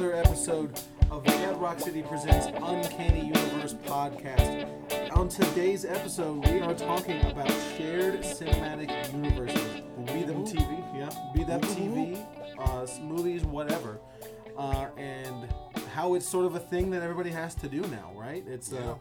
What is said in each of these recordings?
episode of Mad Rock City Presents Uncanny Universe podcast. On today's episode, we are talking about shared cinematic universes. Be them TV, yeah, be them TV, uh, s- movies, whatever, uh, and how it's sort of a thing that everybody has to do now, right? It's uh,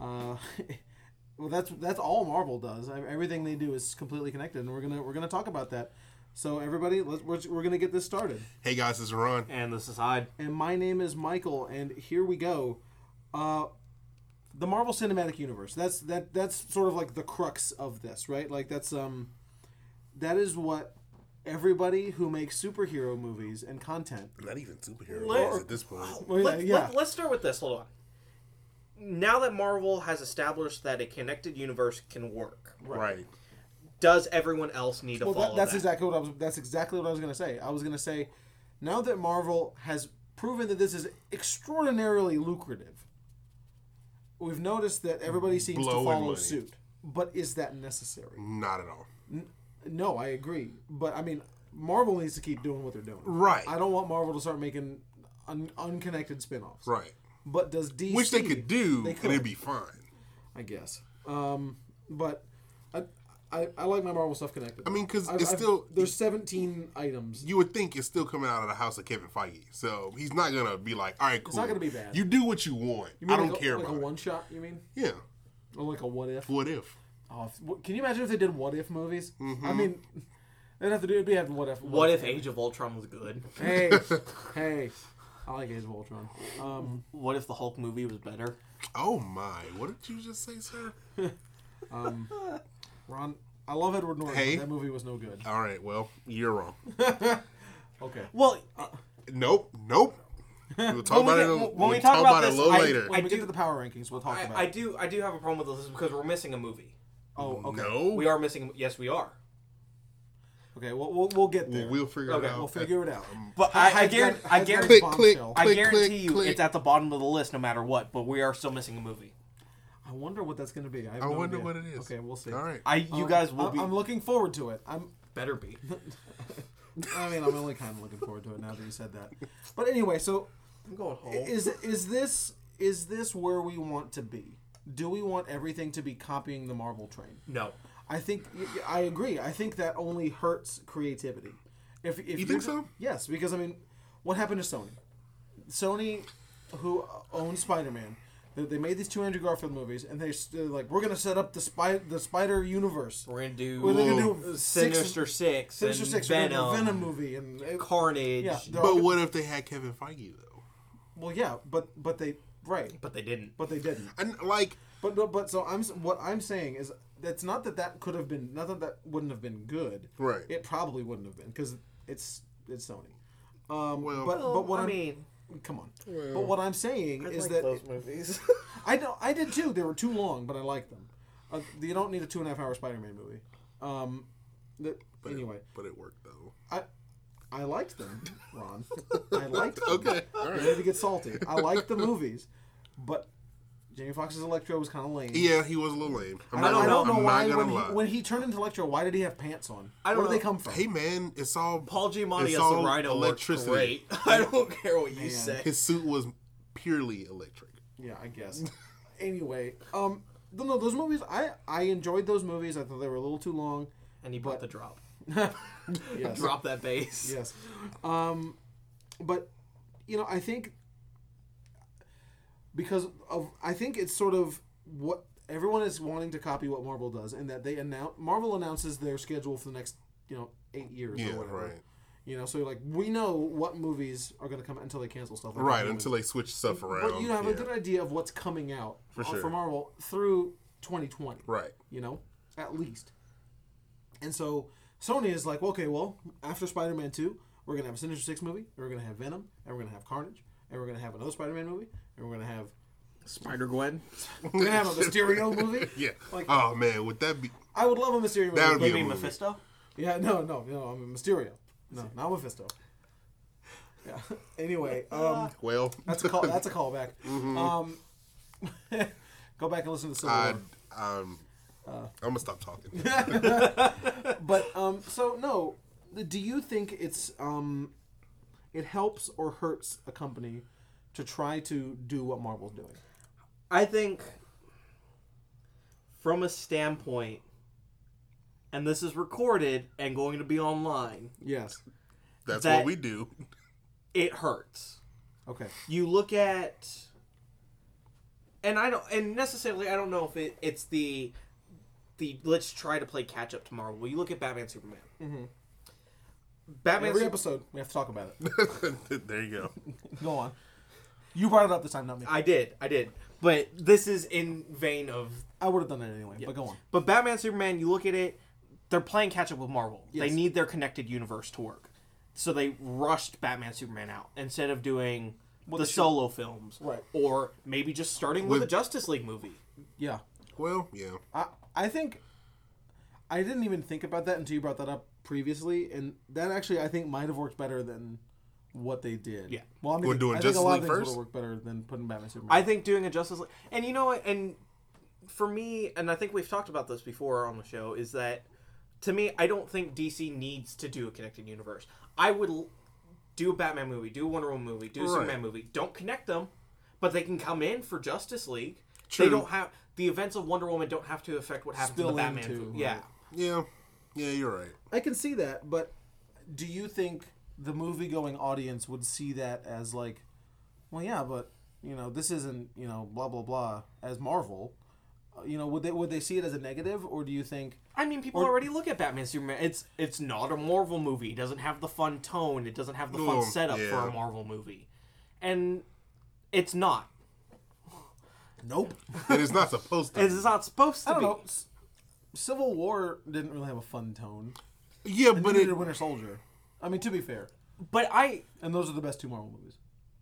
uh, well, that's that's all Marvel does. Ev- Everything they do is completely connected, and we're gonna we're gonna talk about that. So everybody, let's we're, we're gonna get this started. Hey guys, this is Ron. And this is Hyde. and my name is Michael, and here we go. Uh, the Marvel Cinematic Universe. That's that. That's sort of like the crux of this, right? Like that's um, that is what everybody who makes superhero movies and content. Not even superhero Let- movies at this point. Well, Let, yeah, Let, us start with this. Hold on. Now that Marvel has established that a connected universe can work, Right. does everyone else need to well, follow that, that? that's exactly what I was. That's exactly what I was gonna say. I was gonna say, now that Marvel has proven that this is extraordinarily lucrative, we've noticed that everybody seems Blowing to follow money. suit. But is that necessary? Not at all. No, I agree. But I mean, Marvel needs to keep doing what they're doing. Right. I don't want Marvel to start making un- unconnected spin-offs. Right. But does DC? Which they could do, They could. and it'd be fine. I guess. Um, but I, I I like my Marvel stuff connected. I mean, because I've- it's I've- still there's 17 items. you would think it's still coming out of the house of Kevin Feige, so he's not gonna be like, all right, cool. not gonna be bad. You do what you want. You mean I don't like a, care Like about a it. one shot, you mean? Yeah. Or like a what if? What if? Oh, if- what- can you imagine if they did what if movies? Mm-hmm. I mean, they'd have to do. It'd be have what if. What if Age of Ultron was good? Hey, hey, I like Age of Ultron. Um, What if the Hulk movie was better? Oh my! What did you just say, sir? Ron, I love Edward Norton. Hey. but that movie was no good. All right. Well, you're wrong. Uh, Okay. Well, nope. Nope. We'll talk When about we it. get- a- when We'll we talk talk about about it a this, little I- later. When we do- get to the power rankings, we'll talk I, about I it. do I do have a problem with this because we're missing a movie. Oh, okay. No. We are missing. a- Yes, we are. Okay, we'll, we'll, we'll get there. We'll figure Okay, it out. Um, We'll figure it out. But Hyde- I, I, Hyde's guarantee, got- I Hyde's got a guarantee, Click, click, bombshell. I click, guarantee click, you, click. it's at the bottom of the list no matter what. But we are still missing a movie. I wonder what that's going to be. I, have I no wonder idea. what it is. Okay, we'll see. All right. I you guys will I, be I'm looking forward to it. I'm. better be. I mean, I'm only kind of looking forward to it now that you said that. But anyway, so I'm going home. is is this is this where we want to be? Do we want everything to be copying the Marvel train? no. I think I agree. I think that only hurts creativity. If, if you think so? Yes, because I mean, what happened to Sony? Sony, who owns Spider Man, they, they made these two Andrew Garfield movies, and they, s- they're like, we're gonna set up the spy the Spider Universe. We're gonna do, We're gonna do six- Sinister Six, Sinister and Six, we're gonna do Venom, a Venom movie, and it- Carnage. yeah, they're all But good- what if they had Kevin Feige though? well, yeah, but but they right, but they didn't. but they didn't. And like, But no, but so I'm s- what I'm saying is that's not that that could have been not that that wouldn't have been good. Right. It probably wouldn't have been because it's it's Sony. Um, Well- but but what I I'm, mean, come on. but what I'm saying is that movies. I know I did too. They were too long, but I liked them. Uh, you don't need a two and a half hour Spider-Man movie. Um, the, anyway, but it worked though. I I liked them, Ron. I liked them. Okay, all I right. need to get salty. I liked the movies, but Jamie Foxx's Electro was kind of lame. Yeah, he was a little lame. I'm I don't, I don't know I'm why not when gonna he, lie. when he turned into Electro, why did he have pants on? I Where don't did they know. come from? hey man, it's all Paul Giamatti It's as the all Rhino electricity. electricity. Great. I don't care what you say. His suit was purely electric. Yeah, I guess. anyway, um, no, no, those movies, I I enjoyed those movies. I thought they were a little too long. And he brought the drop. Yes, Drop that bass. yes. Um, but you know, I think because of I think it's sort of what everyone is wanting to copy what Marvel does, and that they announce Marvel announces their schedule for the next you know eight years Yeah, or whatever. right. You know, so like we know what movies are going to come out until they cancel stuff. Like Right, Halloween. until they switch stuff around. But you have a yeah. good idea of what's coming out for, sure. for Marvel through 2020. Right. You know, at least. And so Sony is like, okay, well, after Spider Man 2, we're going to have a Sinister Six movie, and we're going to have Venom, and we're going to have Carnage, and we're going to have another Spider Man movie, and we're going to have. Spider Gwen. We're gonna have a Mysterio movie. Yeah. Like- oh man, would that be I would love a Mysterio movie. That would but- You be a mean movie. Mephisto? Yeah, no, no, no. I'm a Mysterio. No, not Mephisto. Yeah. Anyway, um, well? that's a call. That's a callback. Um, go back and listen to the Civil Mm-hmm. I, War. um, Uh. I'm gonna stop talking. But um, so no, do you think it's um, it helps or hurts a company to try to do what Marvel's doing. I think from a standpoint, and this is recorded and going to be online, Yes. That's That- what we do. it hurts. Okay. You look at, and I don't, and necessarily I don't know if it, it's the the let's try to play catch up to Marvel. You look at Batman Superman. Mm-hmm. Batman Every Sup- episode we have to talk about it. there you go. Go on. You brought it up this time, not me. I did, I did, but this is in vein of I would have done it anyway, but go on. But Batman Superman, you look at it, they're playing catch up with Marvel. Yes. They need their connected universe to work. So they rushed Batman Superman out instead of doing the solo films. Right. Or maybe just starting with, With- a Justice League movie. Yeah. Well, yeah. I I think I didn't even think about that until you brought that up previously, and that actually I think might have worked better than what they did. Yeah. Well, I mean, We're doing I think Justice a lot League of things first? would work better than putting Batman Superman. I think doing a Justice League and you know what and for me, and I think we've talked about this before on the show, is that to me, I don't think DC needs to do a connected universe. I would l- do a Batman movie, do a Wonder Woman movie, do a Right. Superman movie. Don't connect them, but they can come in for Justice League. True. They don't have the events of Wonder Woman don't have to affect what happens in Spill the Batman into, movie. right. Yeah, Yeah. Yeah, you're right. I can see that, but do you think the movie going audience would see that as like, well, yeah, but you know, this isn't you know, blah blah blah, as Marvel. Uh, You know, would they would they see it as a negative, or do you think? I mean, people already look at Batman Superman. It's it's not a Marvel movie. It doesn't have the fun tone. It doesn't have the fun No, setup for yeah. a Marvel movie, and it's not. Nope. And it's not supposed to. It's not supposed to I don't be. know. S- Civil War didn't really have a fun tone. yeah, but But it neither Winter Soldier. I mean, to be fair, But I and those are the best two Marvel movies,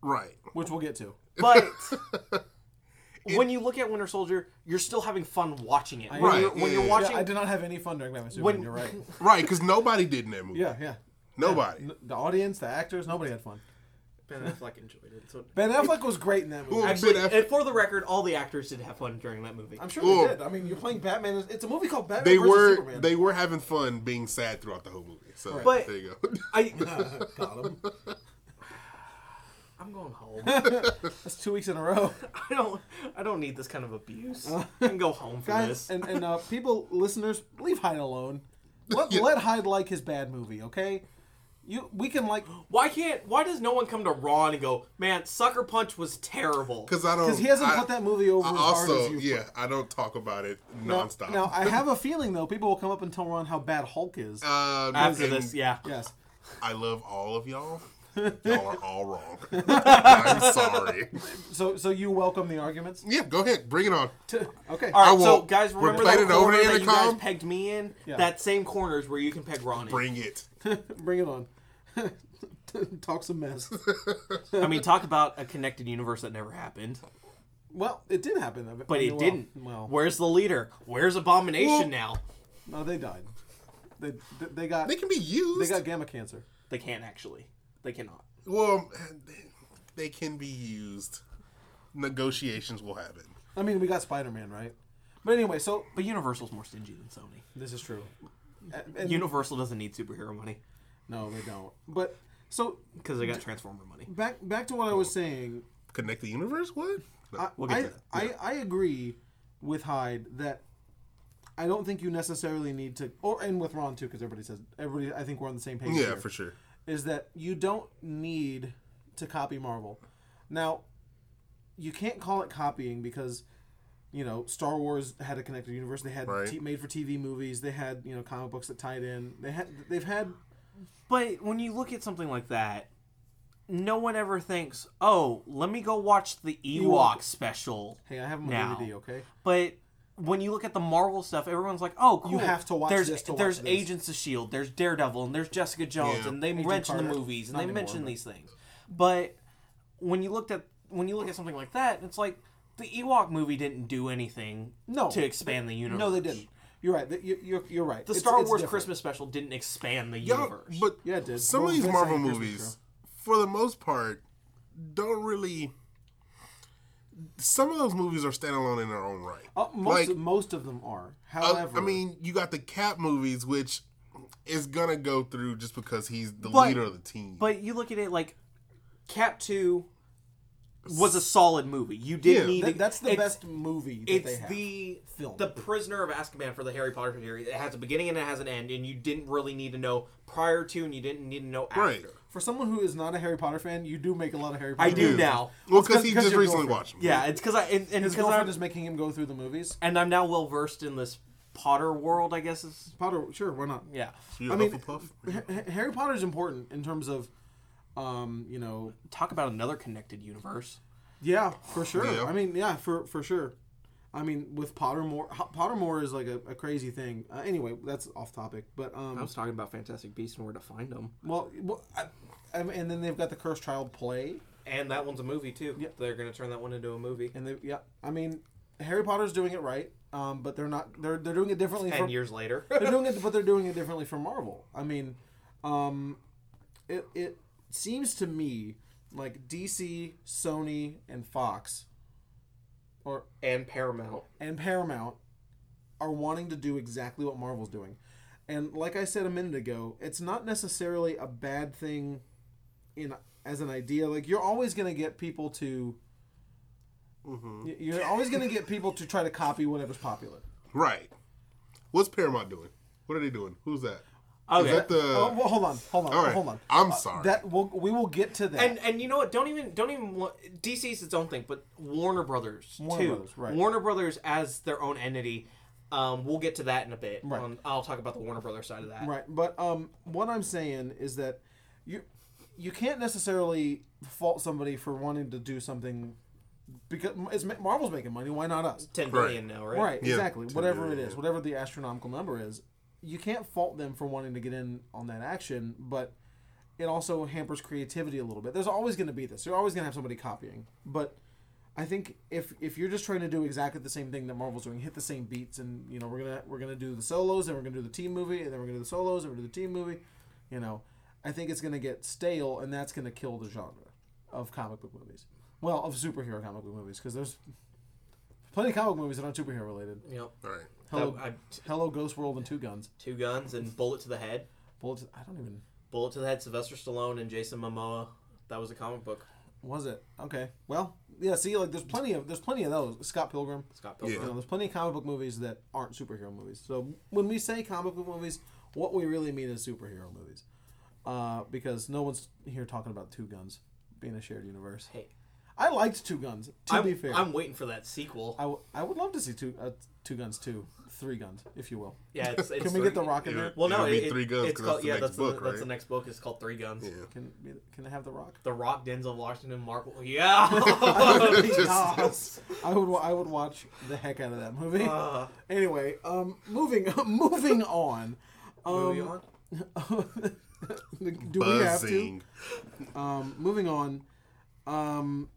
right. which we'll get to. but when you look at Winter Soldier, you're still having fun watching it. When Right, you're, when yeah, you're yeah, yeah. Yeah, watching, I did not have any fun during Batman Superman. When- you're right. Right, because nobody did in that movie. Yeah, yeah. Nobody. N- The audience, the actors, nobody had fun. Ben Affleck enjoyed it. So Ben Affleck was great in that movie. Well, actually, Ben Affleck- and for the record, all the actors did have fun during that movie. I'm sure they Well- did. I mean, you're playing Batman. It's a movie called Batman They versus were Superman. they were having fun being sad throughout the whole movie. So But- there you go. I Got him. I'm going home. I That's two weeks in a row. don't I don't need this kind of abuse. I can go home for Guys, this. and, and uh, people, listeners, leave Hyde alone. Let, Yeah. let Hyde like his bad movie, okay? You, we can like Oh, Why can't why does no one come to Ron and go, man, Sucker Punch was terrible. Because I don't. because he hasn't I- put that movie over I as hard also, as you. yeah, I don't talk about it Now- nonstop. Now, I have a feeling though, people will come up and tell Ron how bad Hulk is. Um, After and this, yeah. yes, I love all of y'all. Y'all are all wrong. I'm sorry. so so you welcome the arguments? Yeah, go ahead, bring it on. Okay, All right, so won't. guys, We're remember playing that it over corner the that you guys intercom? pegged me in? Yeah. That same corner is where you can peg Ron in. Bring it. bring it on. Talk some mess. I mean, talk about a connected universe that never happened. Well, it did happen, though. But I mean, it well, didn't. Well, Where's the leader? Where's Abomination Well- now? no, they died. They they- they got They they, can be used. got gamma cancer. They can't actually. They cannot. well, they can be used. Negotiations will happen. I mean, we got Spider Man, right? But anyway, so But Universal's more stingy than Sony. this is true. A- and- Universal doesn't need superhero money no, they don't. But so because they got Transformer money. back back to what I was saying. Connect the universe? What? No. I, We'll get I, to that. I, I agree with Hyde that I don't think you necessarily need to, or and with Ron too, because everybody says everybody. I think we're on the same page. yeah, here, for sure. Is that you don't need to copy Marvel. Now, you can't call it copying because you know Star Wars had a connected universe. They had Right. t- made for TV movies. They had you know comic books that tied in. They had they've had But when you look at something like that, no one ever thinks, "Oh, let me go watch the Ewok, Ewok. special." hey I have them on Now. DVD okay. But when you look at the Marvel stuff, everyone's like, "Oh, cool. You have to watch there's, this to watch There's this. Agents of Shield. E There's Daredevil, and there's Jessica Jones, Yeah. and they Agent mention the Carter. movies and Not they anymore, mention but- these things. But when you looked at when you look at something like that, it's like the Ewok movie didn't do anything No. to expand the universe. No, they didn't. You're right. Th- you- You're, you're right. The Star Wars Christmas special didn't expand the Y'all, universe. but Yeah, it did. some Well, of these Vince Marvel ain't Christmas movies, for the most part, don't really. Some of those movies are standalone in their own right. Uh, most, most of them are. Uh, However, I mean, you got the Cap movies, which is gonna go through just because he's the But- leader of the team. But you look at it like Cap Two was a solid movie. You did Yeah. need Th- to- that's the it's- best movie that they It's have. the Film. the Prisoner of Azkaban for the Harry Potter series. It has a beginning and it has an end, and you didn't really need to know prior to, and you didn't need to know after. right. For someone who is not a Harry Potter fan, you do make a lot of Harry I Potter. do movies. now. Well, It's 'cause- because he 'cause just your recently girlfriend. watched. 'em. Yeah, it's because I and, and His because I'm girlfriend is making him go through the movies. and I'm now well versed in this Potter world. I guess is Potter, sure, why not? yeah. You I mean- Hufflepuff. Ha- Ha- Harry Potter is important in terms of, um, you know, Talk about another connected universe. yeah, for sure. Yeah. I mean, yeah, for for sure. I mean, with Pottermore, Ho- Pottermore is like a, a crazy thing. Uh, anyway, that's off topic, but I um, was talking about Fantastic Beasts and where to find them. well, well I, I mean, and then they've got the Cursed Child play, And that one's a movie too. They're gonna turn that one into a movie. and they yeah, I mean, Harry Potter's doing it right, um, but they're not they're they're doing it differently. Ten for- years later. they're doing it, but they're doing it differently from Marvel. I mean, um, it it seems to me like DC, Sony, and Fox, or and Paramount. and Paramount, are wanting to do exactly what Marvel's doing. And like I said a minute ago, it's not necessarily a bad thing, in as an idea. Like you're always gonna get people to. y- You're always gonna get people to try to copy whatever's popular. Right. What's Paramount doing? What are they doing? Who's that? Is Okay. that the? oh, well, hold on, hold on, Uh, all right. hold on. Uh, I'm sorry. That we'll, we will get to that. And and you know what? Don't even don't even wa- DC's its own thing, but Warner Brothers Warner too. Brothers, right. Warner Brothers as their own entity. Um, we'll get to that in a bit. Right. On, I'll talk about the Warner Brothers side of that. right, but um, what I'm saying is that you you can't necessarily fault somebody for wanting to do something because it's Ma- Marvel's making money. Why not us? Ten billion now, right? Right, Yeah. exactly. To Whatever do, it is, whatever the astronomical number is, you can't fault them for wanting to get in on that action, but it also hampers creativity a little bit. There's always going to be this. You're always going to have somebody copying. But I think if if you're just trying to do exactly the same thing that Marvel's doing, hit the same beats and, you know, we're going to we're going to do the solos and we're going to do the team movie and then we're going to do the solos and we're going to do the team movie, you know, I think it's going to get stale and that's going to kill the genre of comic book movies. Well, of superhero comic book movies because there's plenty of comic movies that aren't superhero related. You know, all right. Hello, that- I- t- Hello Ghost World and Two Guns. two guns and bullet to the head. Bullets, I don't even. Bullet to the head. Sylvester Stallone and Jason Momoa. That was a comic book. Was it okay? Well, yeah. See, like there's plenty of there's plenty of those. Scott Pilgrim. Scott Pilgrim. You know, there's plenty of comic book movies that aren't superhero movies. So when we say comic book movies, what we really mean is superhero movies, uh, because no one's here talking about Two Guns being a shared universe. Hey, I liked Two Guns. To I'm, be fair, I'm waiting for that sequel. I, w- I would love to see Two uh, Two Guns Two, Three Guns, if you will. yeah, it's, it's Can we get the three- Rock in Yeah. there? Well, no, It'll be it, Three Guns, It's 'cause that's called, the yeah, next that's the, book, that's the right? next book. It's called Three Guns. Yeah. Can can I have the Rock? The Rock, Denzel Washington, Mark. Oh, Yeah. my Just- God. I would wa- I would watch the heck out of that movie. Uh, Anyway, um, moving moving on. Um, movie on? Do we have to? Buzzing. Um, moving on. Um,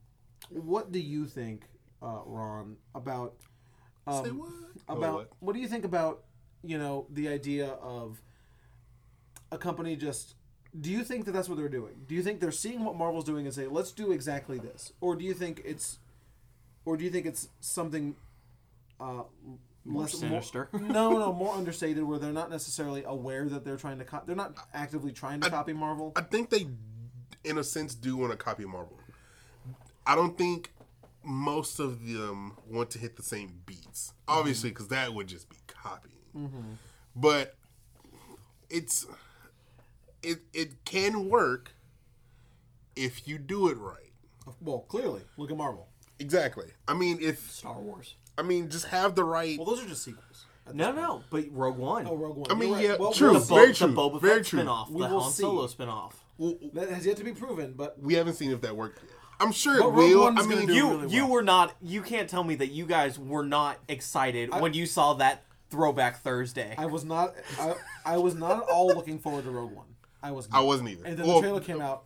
what do you think, uh, Ron, about um, Say what? Oh, about what? what? do you think about you know the idea of a company just do you think that that's what they're doing do you think they're seeing what marvel's doing and say let's do exactly this or do you think it's or do you think it's something uh more sinister. no no more understated where they're not necessarily aware that they're trying to co- they're not actively trying to copy marvel I think they, in a sense, do want to copy Marvel. I don't think most of them want to hit the same beats, obviously, Mm-hmm. because that would just be copying. But it's it it can work if you do it right. well clearly look at marvel Exactly. I mean, if Star Wars. I mean, just have the right. well those are just sequels No, no, but Rogue One. oh rogue one I mean, You're right. yeah, Well, true, we'll- The, very Bo- true, the Boba very Fett true. spinoff, We the will Han see. Solo spinoff. that has yet to be proven but we haven't seen if that worked yet. I'm sure it Rogue will. One's I gonna mean, do you it. You really you well. were not. You can't tell me that you guys were not excited when you saw that Throwback Thursday. I was not. I, I was not at all looking forward to Rogue One. I was. Not. I wasn't even. And then the Well, trailer came out.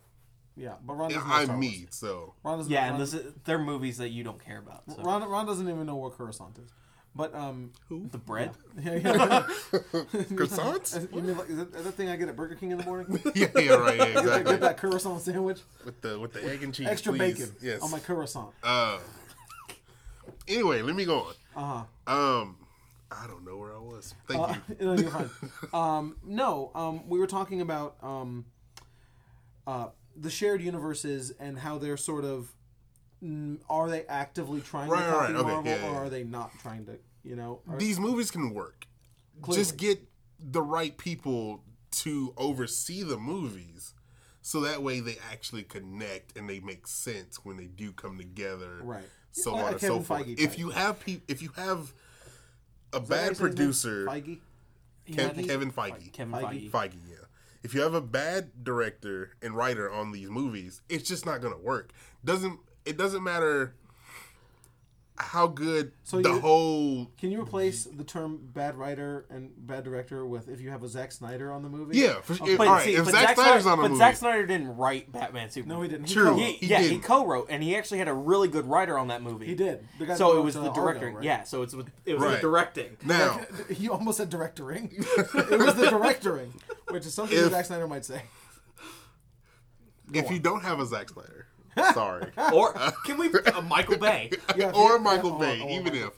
Yeah, but Ron doesn't. know Star I'm Wars. me, so Ron doesn't. yeah, Ron, and this is, they're movies that you don't care about. So. Ron, Ron doesn't even know where Coruscant is. But um, The bread. yeah, yeah. croissants. you mean like, is that, is that thing I get at Burger King in the morning? yeah, yeah, right, yeah, I exactly. get that Coruscant sandwich, with the with the egg and cheese, extra please. bacon Oh Yes. on my Coruscant. uh, anyway, let me go on. Uh huh. Um, I don't know where I was. Thank Uh, you. no, you're fine. Um, no, um, we were talking about um, uh, the shared universes and how they're sort of mm, are they actively trying Right, to right, copy right, okay, Marvel yeah, or yeah. are they not trying to? You know, are- These movies can work. Just get the right people to oversee the movies so that way they actually connect and they make sense when they do come together. Right. So Like on a and so Kevin forth. Feige If type. you have peop if you have a Is that bad his name? producer, Feige. Kev- I think- Kevin Feige. Kevin Feige. Feige. Feige, yeah. If you have a bad director and writer on these movies, it's just not gonna work. Doesn't it doesn't matter how good So the you- whole Can you replace the term bad writer and bad director with if you have a Zack Snyder on the movie? yeah. For, if, Oh, But, all right, see, if but Zack Snyder's on a but movie, Zack Snyder didn't write Batman Superman. No, he didn't. He True. co-wrote. He, He yeah, he didn't. co-wrote, and he actually had a really good writer on that movie. He did. The guy so that it was wrote, the uh, Argo, director. right? Yeah. So it's with It was Right. the directing. now He almost said directoring. it was the directoring, which is something If- Zack Snyder might say. if you don't have a Zack Snyder, sorry, Or can we uh, Michael Bay? Yeah, if or you- Michael yeah, or- Bay, or even Michael- if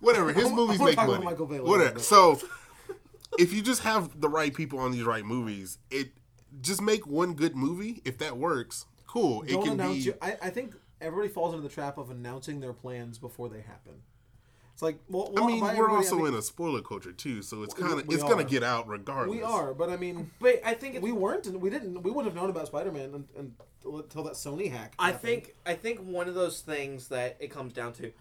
whatever his I'm- movies I'm make talking about money. Michael Bay later, whatever. but- So if you just have the right people on these right movies, it just make one good movie. If that works, cool. don't it can announce be. you. I, I think everybody falls into the trap of announcing their plans before they happen. It's like, well, I mean, by we're everybody, I also mean, in a spoiler culture too, so it's kind we- of we it's gonna are. get out regardless. We are, but I mean, But I think it's, we weren't, and we didn't, we wouldn't have known about Spider-Man un- until, until that Sony hack. I happened. think I think one of those things that it comes down to,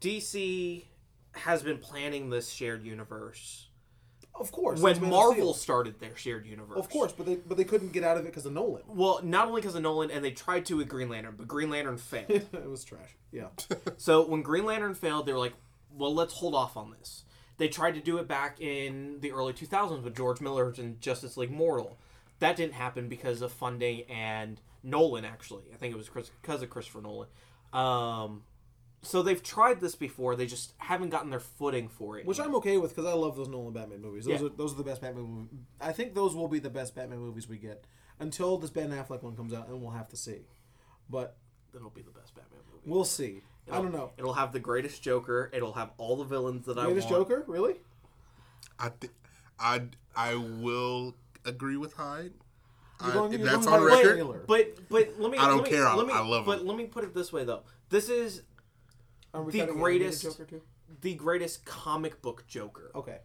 DC has been planning this shared universe of course, that's when Man of Steel. Marvel started their shared universe. of course, but they but they couldn't get out of it because of Nolan. Well, not only because of Nolan, and they tried to with Green Lantern, but Green Lantern failed. it was trash. Yeah, so when Green Lantern failed, they were like, "Well, let's hold off on this." They tried to do it back in the early 2000s with George Miller's and Justice League Mortal. That didn't happen because of funding and Nolan. Actually, I think it was Chris, because of Christopher Nolan. Um, so they've tried this before. They just haven't gotten their footing for it. which I'm okay with because I love those Nolan Batman movies. Those Yeah. are those are the best Batman movies. I think those will be the best Batman movies we get until this Ben Affleck one comes out, and we'll have to see. But that'll be the best Batman movie. we'll see. Oh. I don't know. It'll have the greatest Joker. It'll have all the villains that Greatest I want. Joker, really? I think I I will agree with Hyde. I, going- you're that's going by on the record. trailer. But but let me. I don't let me, care. I- Let me, I love But him. let me put it this way though. This is Are we The counting greatest- animated Joker too? the greatest comic book Joker Okay.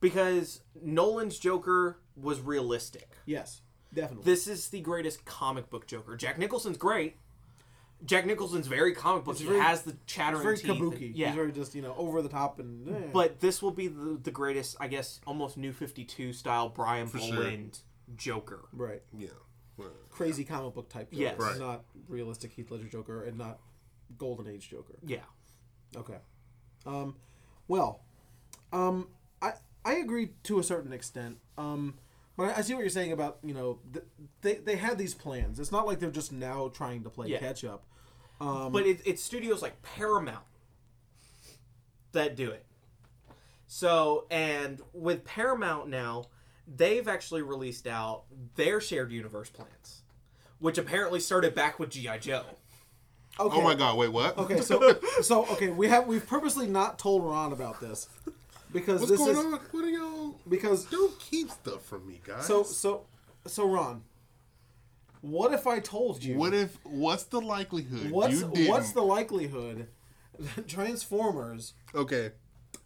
because Nolan's Joker was realistic. Yes, definitely. This is the greatest comic book Joker. Jack Nicholson's great. Jack Nicholson's very comic book. very- he has the chattering very teeth. kabuki. Yeah. He's very just you know over the top and. eh. but this will be the, the greatest, I guess, almost New 52 style Brian sure. Boland Joker. right, Yeah. Well, crazy comic book type. Joker. Yes. Right. not realistic Heath Ledger Joker and not Golden Age Joker. Yeah. Okay. Um, well, um, I I agree to a certain extent. Um, but I, I see what you're saying about you know th- they they had these plans. It's not like they're just now trying to play Yeah. catch up. but it, it's studios like Paramount that do it. So, and with Paramount now, they've actually released out their shared universe plans, which apparently started back with G.I. Joe. Okay. Oh my God! Wait, what? Okay, so so okay, we have we've purposely not told Ron about this because What's this going is on? What are y'all? because Don't keep stuff from me, guys. so so so Ron, what if I told you? what if? What's the likelihood? what's you didn't? what's the likelihood that Transformers okay?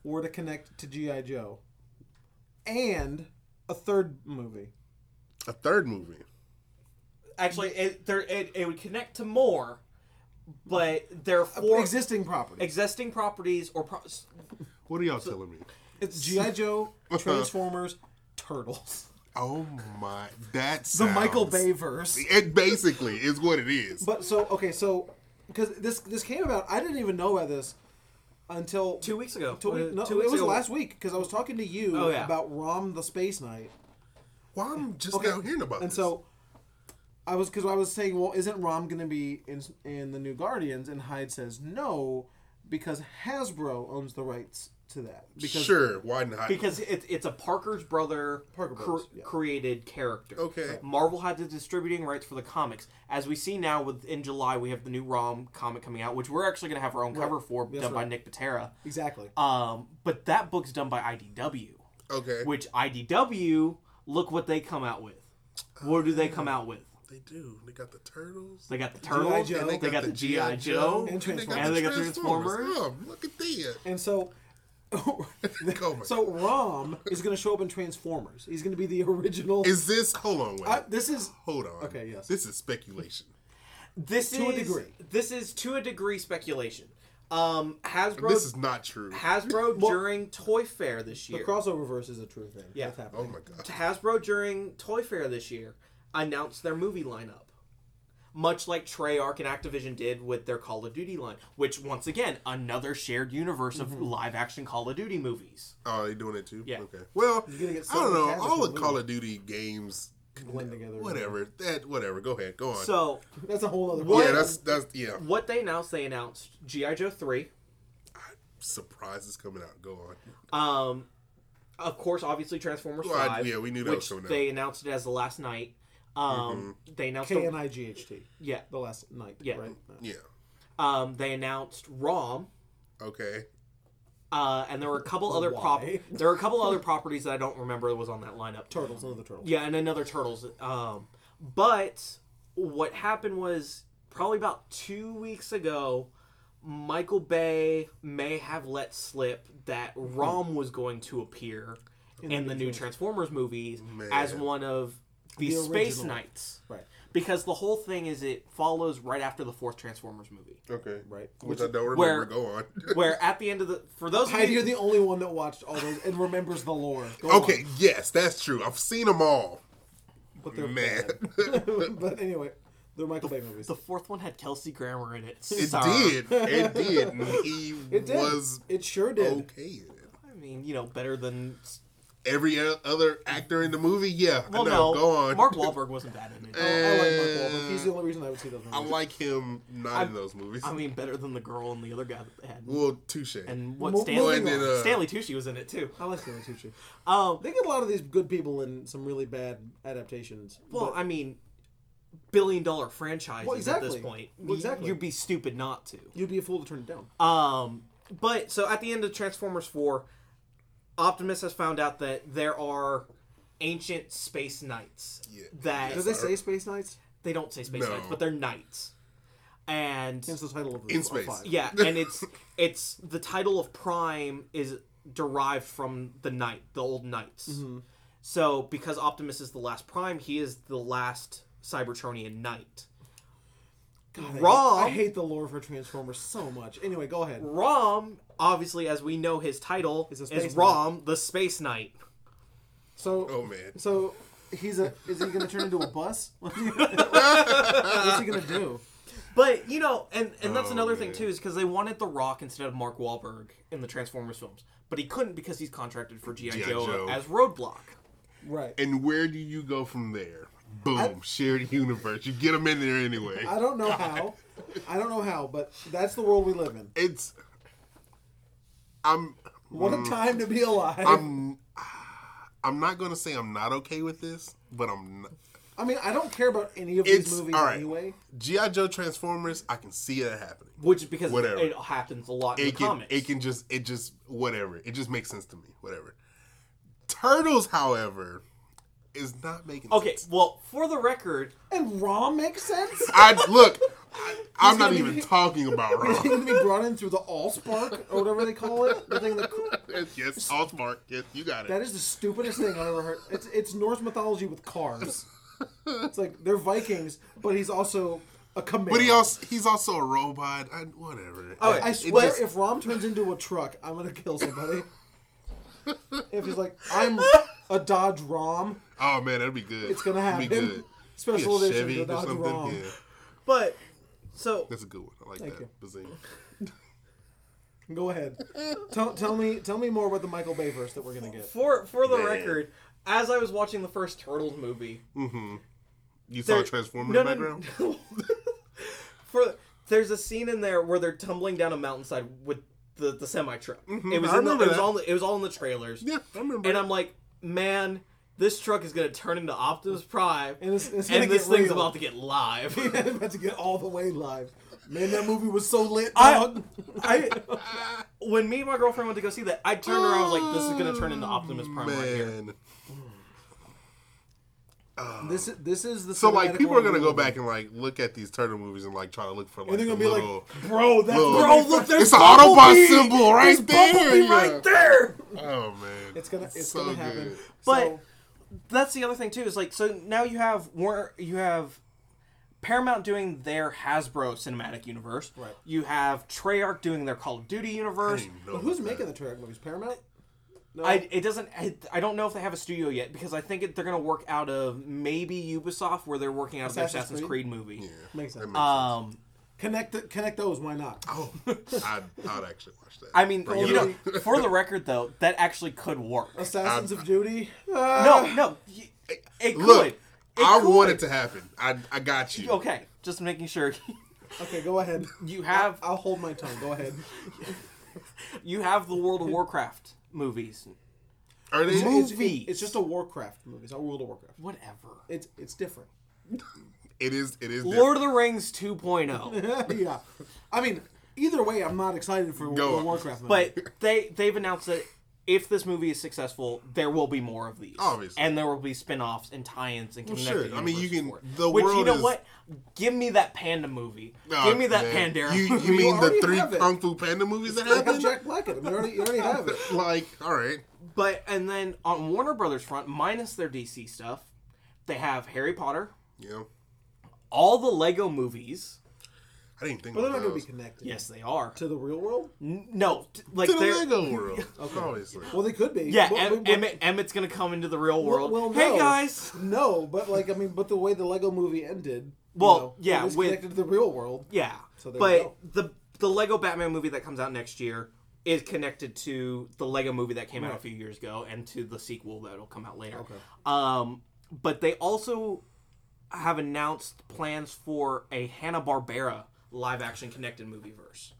were to connect to GI Joe and a third movie? A third movie. Actually, it, there, it, it would connect to more, but they're Uh, for Existing property. existing properties or pro- What are y'all telling me? it's GI Joe, Transformers, Turtles. Oh my! That's The Michael Bay verse. It basically is what it is. But so okay, so because this this came about, I didn't even know about this until two weeks ago. Two, Uh, week, no, two weeks it was ago. last week because I was talking to you Oh, yeah. about Rom the Space Knight, Why I'm just Okay, now hearing about and this. so I was because I was saying, well, isn't Rom going to be in in the new Guardians? And Hyde says no because Hasbro owns the rights to that. Because sure, why not? because it, it's a Parker's brother Parker cr- Brothers, yeah. created character. Okay. Marvel had the distributing rights for the comics. As we see now, with in July we have the new ROM comic coming out, which we're actually going to have our own cover for, That's done by right. Nick Patera. exactly. Um, but that book's done by IDW, okay, which IDW look what they come out with. What do they come out with? they do. They got the turtles. They got the Turtles. Joe. They got the GI Joe. And they got Transformers. the And they got the Transformers. Oh, look at that. and so Oh my so Rom is going to show up in Transformers. He's going to be the original. Is this? Hold on, wait. I, this is hold on. Okay, yes. This is speculation. This To a is degree. this is to a degree speculation. Um, Hasbro This is not true. Hasbro during Toy Fair this year. crossover verse is a true thing. Yeah. That's happening. Oh my god. Hasbro during Toy Fair this year announced their movie lineup, much like Treyarch and Activision did with their Call of Duty line, which once again another shared universe Mm-hmm. of live action Call of Duty movies. Oh, they doing it too. Yeah. Okay. Well, gonna get I so don't know. many All cats the in Call of Duty games, Blend together. whatever. That whatever. Go ahead. Go on. So That's a whole other. yeah, that's that's yeah. what they announced, they announced GI Joe three. Surprises coming out. Go on. Um, of course, obviously Transformers Well, I- five. yeah, we knew that was which coming Mm-hmm. out. they announced it as the last night. Um, they announced K N I G H T. yeah. The last night. Yeah. Right. Uh, Yeah. Um, they announced ROM. Okay. Uh, and there were a couple other prop. Why? There were a couple other properties that I don't remember was on that lineup. Turtles. Another turtle. Yeah, and another turtles. Um, but what happened was probably about two weeks ago, Michael Bay may have let slip that Rom was going to appear in, the new Transformers movies as one of the, The Space original. Knights. Right. Because the whole thing is it follows right after the fourth Transformers movie, Okay. Right. Which, I don't remember. where- Go on. where at the end of the for those of Heidi, you you're the only one that watched all those and remembers the lore. Go on. okay. Yes, that's true. I've seen them all. But they're Man, bad. but anyway, they're Michael Bay movies. The fourth one had Kelsey Grammer in it. it Sorry. did. It did. And he it did. was it sure did. okay. in it. I mean, you know, better than. Every o- other actor in the movie, yeah. Well, no, no. Go on. Eh. Mark Wahlberg wasn't bad in it. I like Mark Wahlberg. He's the only reason I would see those I movies. like him not in those movies. I mean, better than the girl and the other guy that they had. well, touche. And what Mo- Well, Stanley and then, uh, Stanley Tucci was in it too. I like Stanley Tucci. Um, They get a lot of these good people in some really bad adaptations. well, I mean, billion dollar franchises Well, at exactly. this point. Well, exactly. You'd be stupid not to. You'd be a fool to turn it down. Um, but so at the end of Transformers 4, Optimus has found out that there are ancient space knights Yeah. that Does they say Space Knights? they don't say space No. knights, but they're knights. And Hence the title of the In space. Five. yeah, and it's it's the title of Prime is derived from the knight, the old knights. Mm-hmm. So because Optimus is the last Prime, he is the last Cybertronian knight. God, I- Wrong. I hate the lore for Transformers so much. Anyway, go ahead. Rom, obviously, as we know, his title Is a is, space Rom, the Space Knight. So, oh man. so he's a. Is he going to turn into a bus? What's he going to do? But you know, and and that's Oh, another man. thing too, is because they wanted The Rock instead of Mark Wahlberg in the Transformers films, but he couldn't because he's contracted for GI G.I. Joe. Joe as Roadblock. Right. And where do you go from there? Boom, shared universe. You get them in there anyway. I don't know how. I don't know how, but that's the world we live in. it's. I'm. What a time to be alive. Mm. I'm. I'm not gonna say I'm not okay with this, but I'm. Not, I mean, I don't care about any of it's these movies all right. anyway. GI Joe Transformers. I can see that happening. Which because Whatever. it happens a lot in It the can. comics. It can just. It just. Whatever. It just makes sense to me. Whatever. Turtles, however, is not making. Okay, sense. well, for the record, And Rom makes sense. I look. I, I'm not gonna even be- talking about Is he Ron. going to be brought in through the Allspark or whatever they call it? The thing that yes, all smart. Yes, you got it. that is the stupidest thing I've ever heard. It's it's Norse mythology with cars. It's like they're Vikings, but he's also a command. But he also he's also a robot. I, whatever. Oh, I It swear, just- if Rom turns into a truck, I'm gonna kill somebody. if he's like, I'm a Dodge Rom, oh man, that'd be good. it's gonna That'd happen. Be good. Special Be a edition, Chevy the or Dodge something. Rom. Yeah, but so that's a good one. I like that. Bazing. Go ahead. Tell, tell me tell me more about the Michael Bay verse that we're gonna get. for for the Yeah. record, as I was watching the first Turtles movie, You saw there- a transformer no, in the no, background. no. for there's a scene in there where they're tumbling down a mountainside with the, the semi truck. It was Mm-hmm, I in the, remember it was that. all in the- it was all in the trailers. Yeah, I remember. And it. I'm like, man, this truck is gonna turn into Optimus Prime, And it's- it's gonna and this get thing's real. about to get live. about to get all the way live. Man, that movie was so lit. I- dog. I, when me and my girlfriend went to go see that, I turned around. I was like, "This is gonna turn into Optimus Prime right here." man. this is this is the So like cinematic people are gonna overview. go back and like look at these Turtle movies and like try to look for like and they're gonna the be little, like, bro, that's little- bro, look, there's it's an Autobot Bumblebee! symbol right There's there. Bumblebee right There. Oh man, It's gonna it's So gonna happen. good. But So- that's the other thing too. Is like so now you have Warner, you have Paramount doing their Hasbro cinematic universe. Right. You have Treyarch doing their Call of Duty I universe. didn't even know But who's about making that. the Treyarch movies? Paramount? No. I, it doesn't. I, I don't know if they have a studio yet because I think it, they're going to work out of maybe Ubisoft where they're working out of their Assassin's Assassin's Creed? Creed, movie. Makes sense. That makes Um, connect the, connect those. Why not? Oh, I'd, I'd actually watch that. I mean, Bring you it know, up. for the record though, that actually could work. Assassins of Duty. Ah. No, no, y- it could. look, It I could. want it to happen. I, I got you. Okay, just making sure Okay, go ahead. you have I'll hold my tongue. Go ahead. you have the World of Warcraft movies, Are they It's, Movies. it- it's just a Warcraft movie. It's not World of Warcraft. whatever. It's it's different. It is. It is. Lord of the Rings oh. 2.0. yeah. I mean, either way, I'm not excited for Go the on. Warcraft movie. But they they've announced that if this movie is successful, there will be more of these. Obviously. And there will be spin-offs and tie-ins and connected sure. I mean, universes you can- for it. the Which you world know is- what? Give me that panda movie. different. Oh, Give me that man. Pandera. You, you You mean the already three have it. Kung Fu Panda movies that Like how happened? Jack Black it. I mean, you already, you already have it. like, all right. But and then on Warner Brothers front, minus their DC stuff, they have Harry Potter, Yeah. all the Lego movies. I didn't think. But they're about not going to be those. connected. Yes, they are. To the real world? N- No, t- like To the they're Lego world. Obviously. Well, they could be. yeah. Well, Em- well, Emmett, Emmett's gonna come into the real world. well, Hey no. guys. No, but like I mean, but the way the Lego Movie ended. you Well, know, yeah, it was with- connected to the real world. Yeah. So there you but go. the the Lego Batman movie that comes out next year is connected to the Lego movie that came out a few years ago and to the sequel that'll come out later. Okay. Um but they also have announced plans for a Hanna-Barbera live action connected movie verse,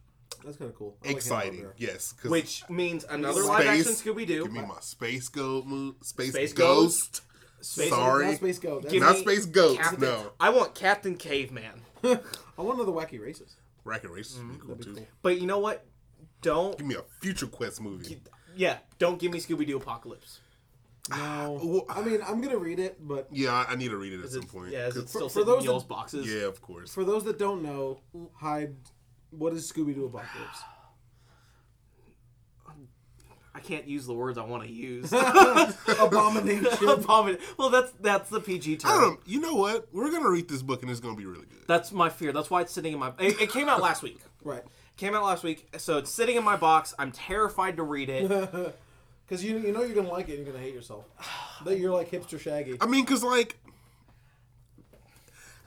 That's kind of cool. I like Exciting. Hanna-Barbera. yes. 'cause which means another space- live action Scooby Doo. Give me my space go mo- Space, Space ghost. Space- Sorry. Not Space Go. That's, Give Not me space ghost. Captain, No. I want Captain Caveman. I want another wacky races. Racket races would be cool too. But you know what? Don't Give me a Future Quest movie. yeah, don't give me Scooby Doo Apocalypse. Ah, No, I mean I'm gonna read it, but Yeah, I- I need to read it at some point. Yeah, is it still for sitting those in Neil's that- boxes? Yeah, of course. for those that don't know, hide. What is Scooby Doo Apocalypse? I can't use the words I want to use. Abomination. Abomin- Well, that's that's the PG term. Um, you know what? We're gonna read this book and it's gonna be really good. That's my fear. That's why it's sitting in my. It, it came out last week. right. Came out last week, so it's sitting in my box. I'm terrified to read it. Because you you know you're gonna like it, and you're gonna hate yourself. That you're like hipster Shaggy. I mean, cause like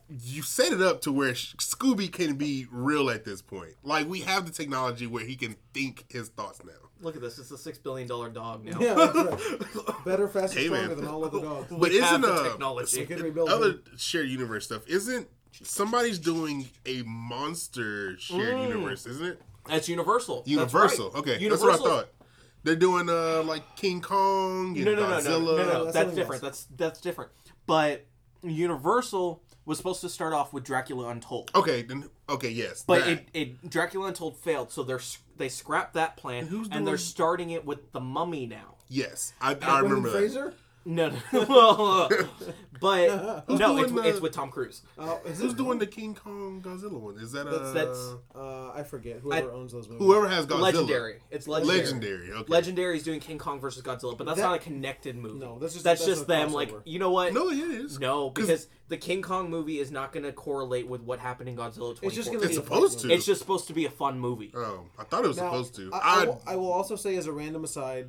you set it up to where Sh- Scooby can be real at this point. Like we have the technology where he can think his thoughts now. Look at this. It's a six billion dollar dog now. Yeah, that's right. better, faster, Hey, man. stronger than all other dogs. But have isn't the uh, technology. We can rebuild other them. shared universe stuff? Isn't somebody's doing a monster shared universe? Isn't it Mm. That's Universal. That's Universal? right. Okay, Universal. that's what I thought. They're doing uh like King Kong and No, no, no, no, Godzilla. no, no, no. that's That's, something different. That's that's different. But Universal was supposed to start off with Dracula Untold. Okay, then okay, yes. But that. it, it Dracula Untold failed, so they're s- they scrapped that plan, and they're starting it with the Mummy now. yes, I, I Brendan remember that. Fraser. No, no. well, but no, it's, doing the- it's with Tom Cruise. Oh, is Who's this? doing the King Kong Godzilla one? Is that That's uh, that's Uh, I forget whoever owns those movies. whoever has Godzilla? legendary. It's legendary. Legendary, okay. Legendary is doing King Kong versus Godzilla, but that's That- not a connected movie. No, that's just- that's, that's just a them. crossover. Like you know what? No, it is. No, because the King Kong movie is not going to correlate with what happened in Godzilla. 2014. It's just gonna It's be a supposed fun to. movie. It's just supposed to be a fun movie. Oh, I thought it was Now, supposed to. I, I I, will, I will also say as a random aside,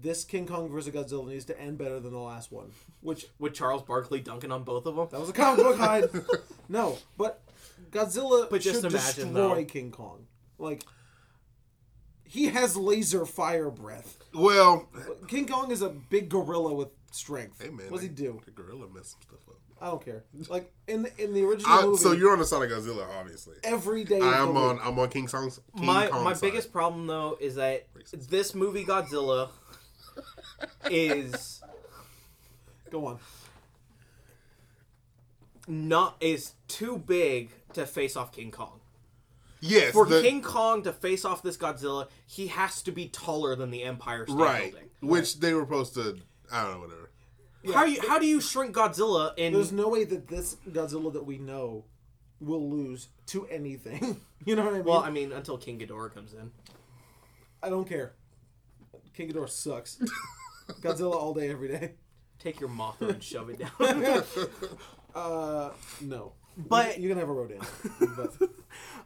this King Kong versus Godzilla needs to end better than the last one, which With Charles Barkley dunking on both of them. That was a comic book hide. No, but Godzilla But just should imagine, destroy though. King Kong. Like he has laser fire breath. well, King Kong is a big gorilla with strength. hey man, what does he like, do? The gorilla messed some stuff up. I don't care. Like in the, in the original I, movie, so you're on the side of Godzilla, obviously. every day. of I'm the on. week. I'm on King Kong's. King my Kong's my side. biggest problem though is that this movie Godzilla is Go on. not is too big to face off King Kong. Yes, For the- King Kong to face off this Godzilla, he has to be taller than the Empire State right, Building. which they were supposed to. I don't know, whatever. How you how do you shrink Godzilla in There's no way that this Godzilla that we know will lose to anything. you know what I mean? well, I mean until King Ghidorah comes in. I don't care. King Ghidorah sucks. Godzilla all day, every day. Take your Mothra and shove it down. Uh, no. But- you can have a Rodan. But,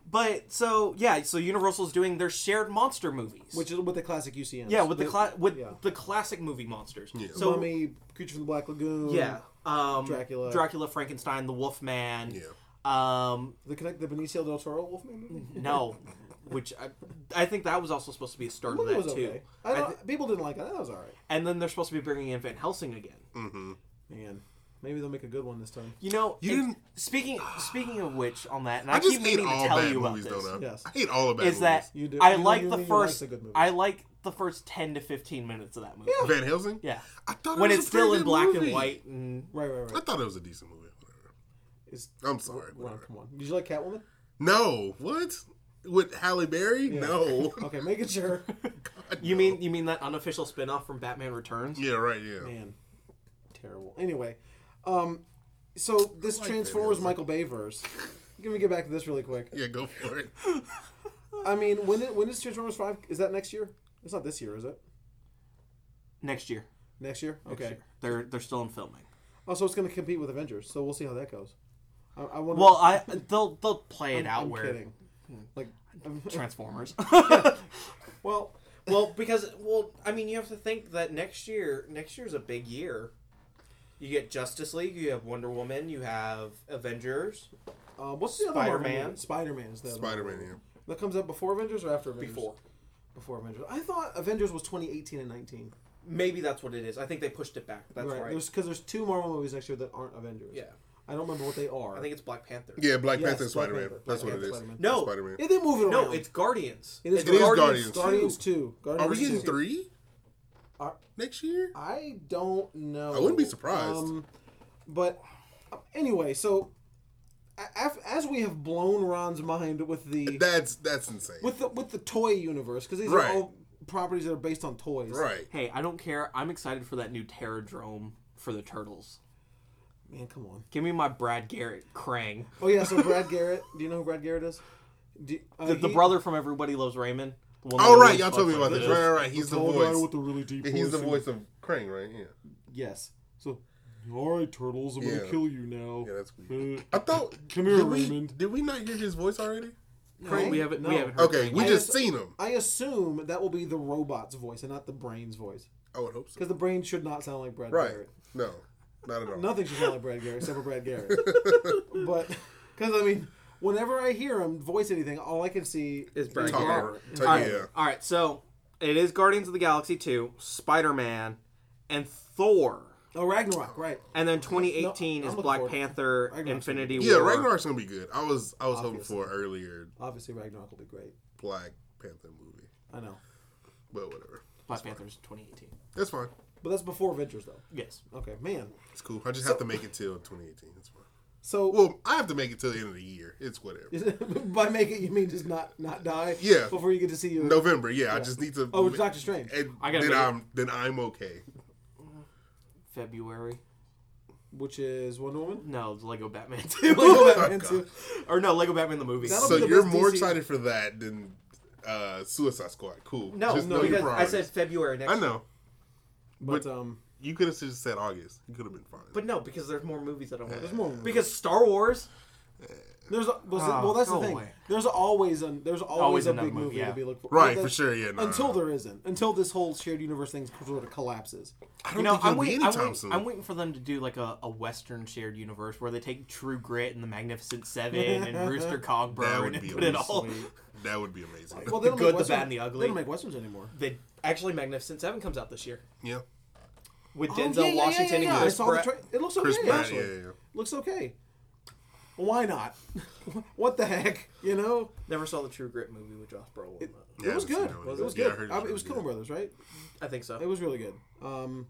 but so yeah, so Universal's doing their shared monster movies. which is with the classic UCM. yeah, with the cla- with yeah. the classic movie monsters. So, So Mummy, Creature from the Black Lagoon. yeah, um, Dracula. Dracula, Frankenstein, the Wolfman. Yeah. Um, The connect the Benicio del Toro Wolfman Mm-hmm. movie. no, which I, I think that was also supposed to be a start of Movie that was too. okay. I I don't, thi- people didn't like that. That was all right. and then they're supposed to be bringing in Van Helsing again. Mm. Man, maybe they'll make a good one this time. You know, You and didn't- speaking speaking of which, on that, and I, I just keep hate meaning to all tell bad you about movies, this. though. Now. Yes. I hate all the bad is that movies. You do- I you know like you the mean you like first the good movies. I like the first 10 to 15 minutes of that movie. Van Helsing? Yeah. I thought it When was it's a pretty still in good black movie. and white and Right, right, I right. thought it was a decent movie. Whatever. Is- I'm sorry. Ron, whatever. come on. Did you like Catwoman? No, what with Halle Berry? No. Okay, making sure. you mean you mean that unofficial spin-off from Batman Returns? Yeah, right. Yeah. Man, terrible. Anyway, um, so this transforms Michael Bay verse. Can we get back to this really quick? Yeah, go for it. I mean, when it, when is Transformers Five? Is that next year? It's not this year, is it? Next year. Next year. Okay. They're they're still in filming. Also, it's going to compete with Avengers, so we'll see how that goes. I, I wonder. Well, I they'll they'll play it out I'm where kidding. Like, um, Transformers. well, Well, because well, I mean, you have to think that next year, next year's a big year. You get Justice League, you have Wonder Woman, you have Avengers uh, what's the other Marvel Spider-Man. movie? Spider-Man is the other one. Spider Man. Yeah. that comes out before Avengers or after Avengers? before. Before Avengers. I thought Avengers was 2018 and 19. Maybe that's what it is. I think they pushed it back. That's right. right. There's because there's two Marvel movies next year that aren't Avengers. Yeah, I don't remember what they are. I think it's Black Panther. Yeah, Black Yes, Panther and Black Spider Man. Panther, Black That's what it Panther, is. Spider-Man. No. Spider Man. Yeah, they move it around. No, it's Guardians. It is It is Guardians. Guardians. Guardians two. Guardians Are we getting two. three Are- next year? I don't know. Um, I wouldn't be surprised. but uh, anyway, so a- af- as we have blown Ron's mind with the That's that's insane. with the with the toy universe because these Right. are all properties that are based on toys. right. hey, I don't care. I'm excited for that new Terradrome for the Turtles. Man, come on. Give me my Brad Garrett Krang. Oh yeah, so Brad Garrett. Do you know who Brad Garrett is? Do, uh, The, the he- brother from Everybody Loves Raymond. The one Oh that right, always y'all told me fucks about with this. us. Right, right, right. He's the tall guy with voice. the really deep. Yeah, He's the and- voice of Krang, right? Yeah. Yes. So, all right, turtles, I'm Yeah. gonna kill you now. Yeah, that's weird. Uh, I thought. Come here, did we, Raymond. Did we not hear his voice already? Krang, we haven't we No. haven't heard Okay, Krang we yet. just seen him. I assume that will be the robot's voice and not the brain's voice. I would hope so. Because the brain should not sound like Brad Right. Garrett. No, not at all. Nothing should sound like Brad Garrett except for Brad Garrett. but, because, I mean, whenever I hear him voice anything, all I can see Is Brad Talk Garrett. over. Tell- All right, yeah. all right. So it is Guardians of the Galaxy two, Spider Man, and Thor, Oh, Ragnarok, right. and then 2018 No, I'm is looking Black forward to it. Panther, Ragnarok's gonna Infinity Yeah, War. Ragnarok's gonna be good. I was I was hoping for an earlier Obviously, Ragnarok will be great. Black Panther movie, I know. but whatever. Black Panther's 2018. That's fine. But that's before Avengers, though. Yes. Okay, man. It's cool. I just have to make it till 2018. That's fine. So, Well, I have to make it till the end of the year. It's whatever. by make it, you mean just not not die? Yeah. Before you get to see you. November. Yeah, I just need to. Oh, it's Doctor Strange. And I gotta then make it- I'm then I'm okay. February. Which is Wonder Woman? No, the Lego Batman Lego 2. Batman Oh, 2. God. or no, Lego Batman the movie. That'll- So be the you're best more DC. excited for that than uh, Suicide Squad. Cool. No, Just no, know your because I priorities. said February next. I know. But, um, You could have just said August. You could have been fine. But no, because there's more movies that I want. there's more. Woman. because Star Wars. There's a, well, Oh, well, that's the go thing. away. There's always an there's always, Always a another big movie, movie yeah. to be looked for. right But for that- sure. Yeah. No, Until no, no. there isn't. Until this whole shared universe thing sort of collapses. I don't You know, think I'm, it'll be wait, I'm, anytime wait, soon. I'm waiting for them to do like a, a Western shared universe where they take True Grit and the Magnificent Seven and Rooster That Cogburn would and be put it all. amazing. that would be amazing. Well, they don't Good, make the Western- Bad, and the Ugly. They don't make westerns anymore. They actually Magnificent Seven comes out this year yeah. with Oh, Denzel Washington yeah, yeah, and I Chris saw the Pratt. tra- It looks so Chris good. Pratt. actually. Yeah, yeah, yeah. looks okay. Why not? what the heck? You know, Never saw the True Grit movie with Josh Brolin. Yeah, it was I've seen good. that one. It was Yeah, I good. heard it I was mean, it was really Coen Brothers, right? I think so. It was really good. Um,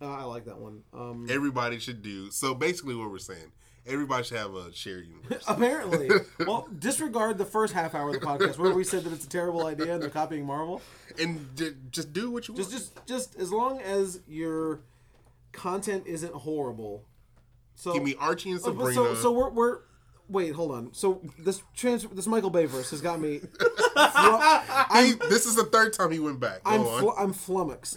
uh, I like that one. Um, Everybody should do. So basically, what we're saying, everybody should have a shared universe. Apparently. well, disregard the first half hour of the podcast where we said that it's a terrible idea and they're copying Marvel. and ju- just do what you Just, want. just, just as long as your content isn't horrible. So Give me Archie and Oh, but Sabrina. So, so we're, we're wait, hold on. So this trans, this Michael Bay verse has got me. He- this is the third time he went back. Go I'm, on. fl- I'm flummoxed.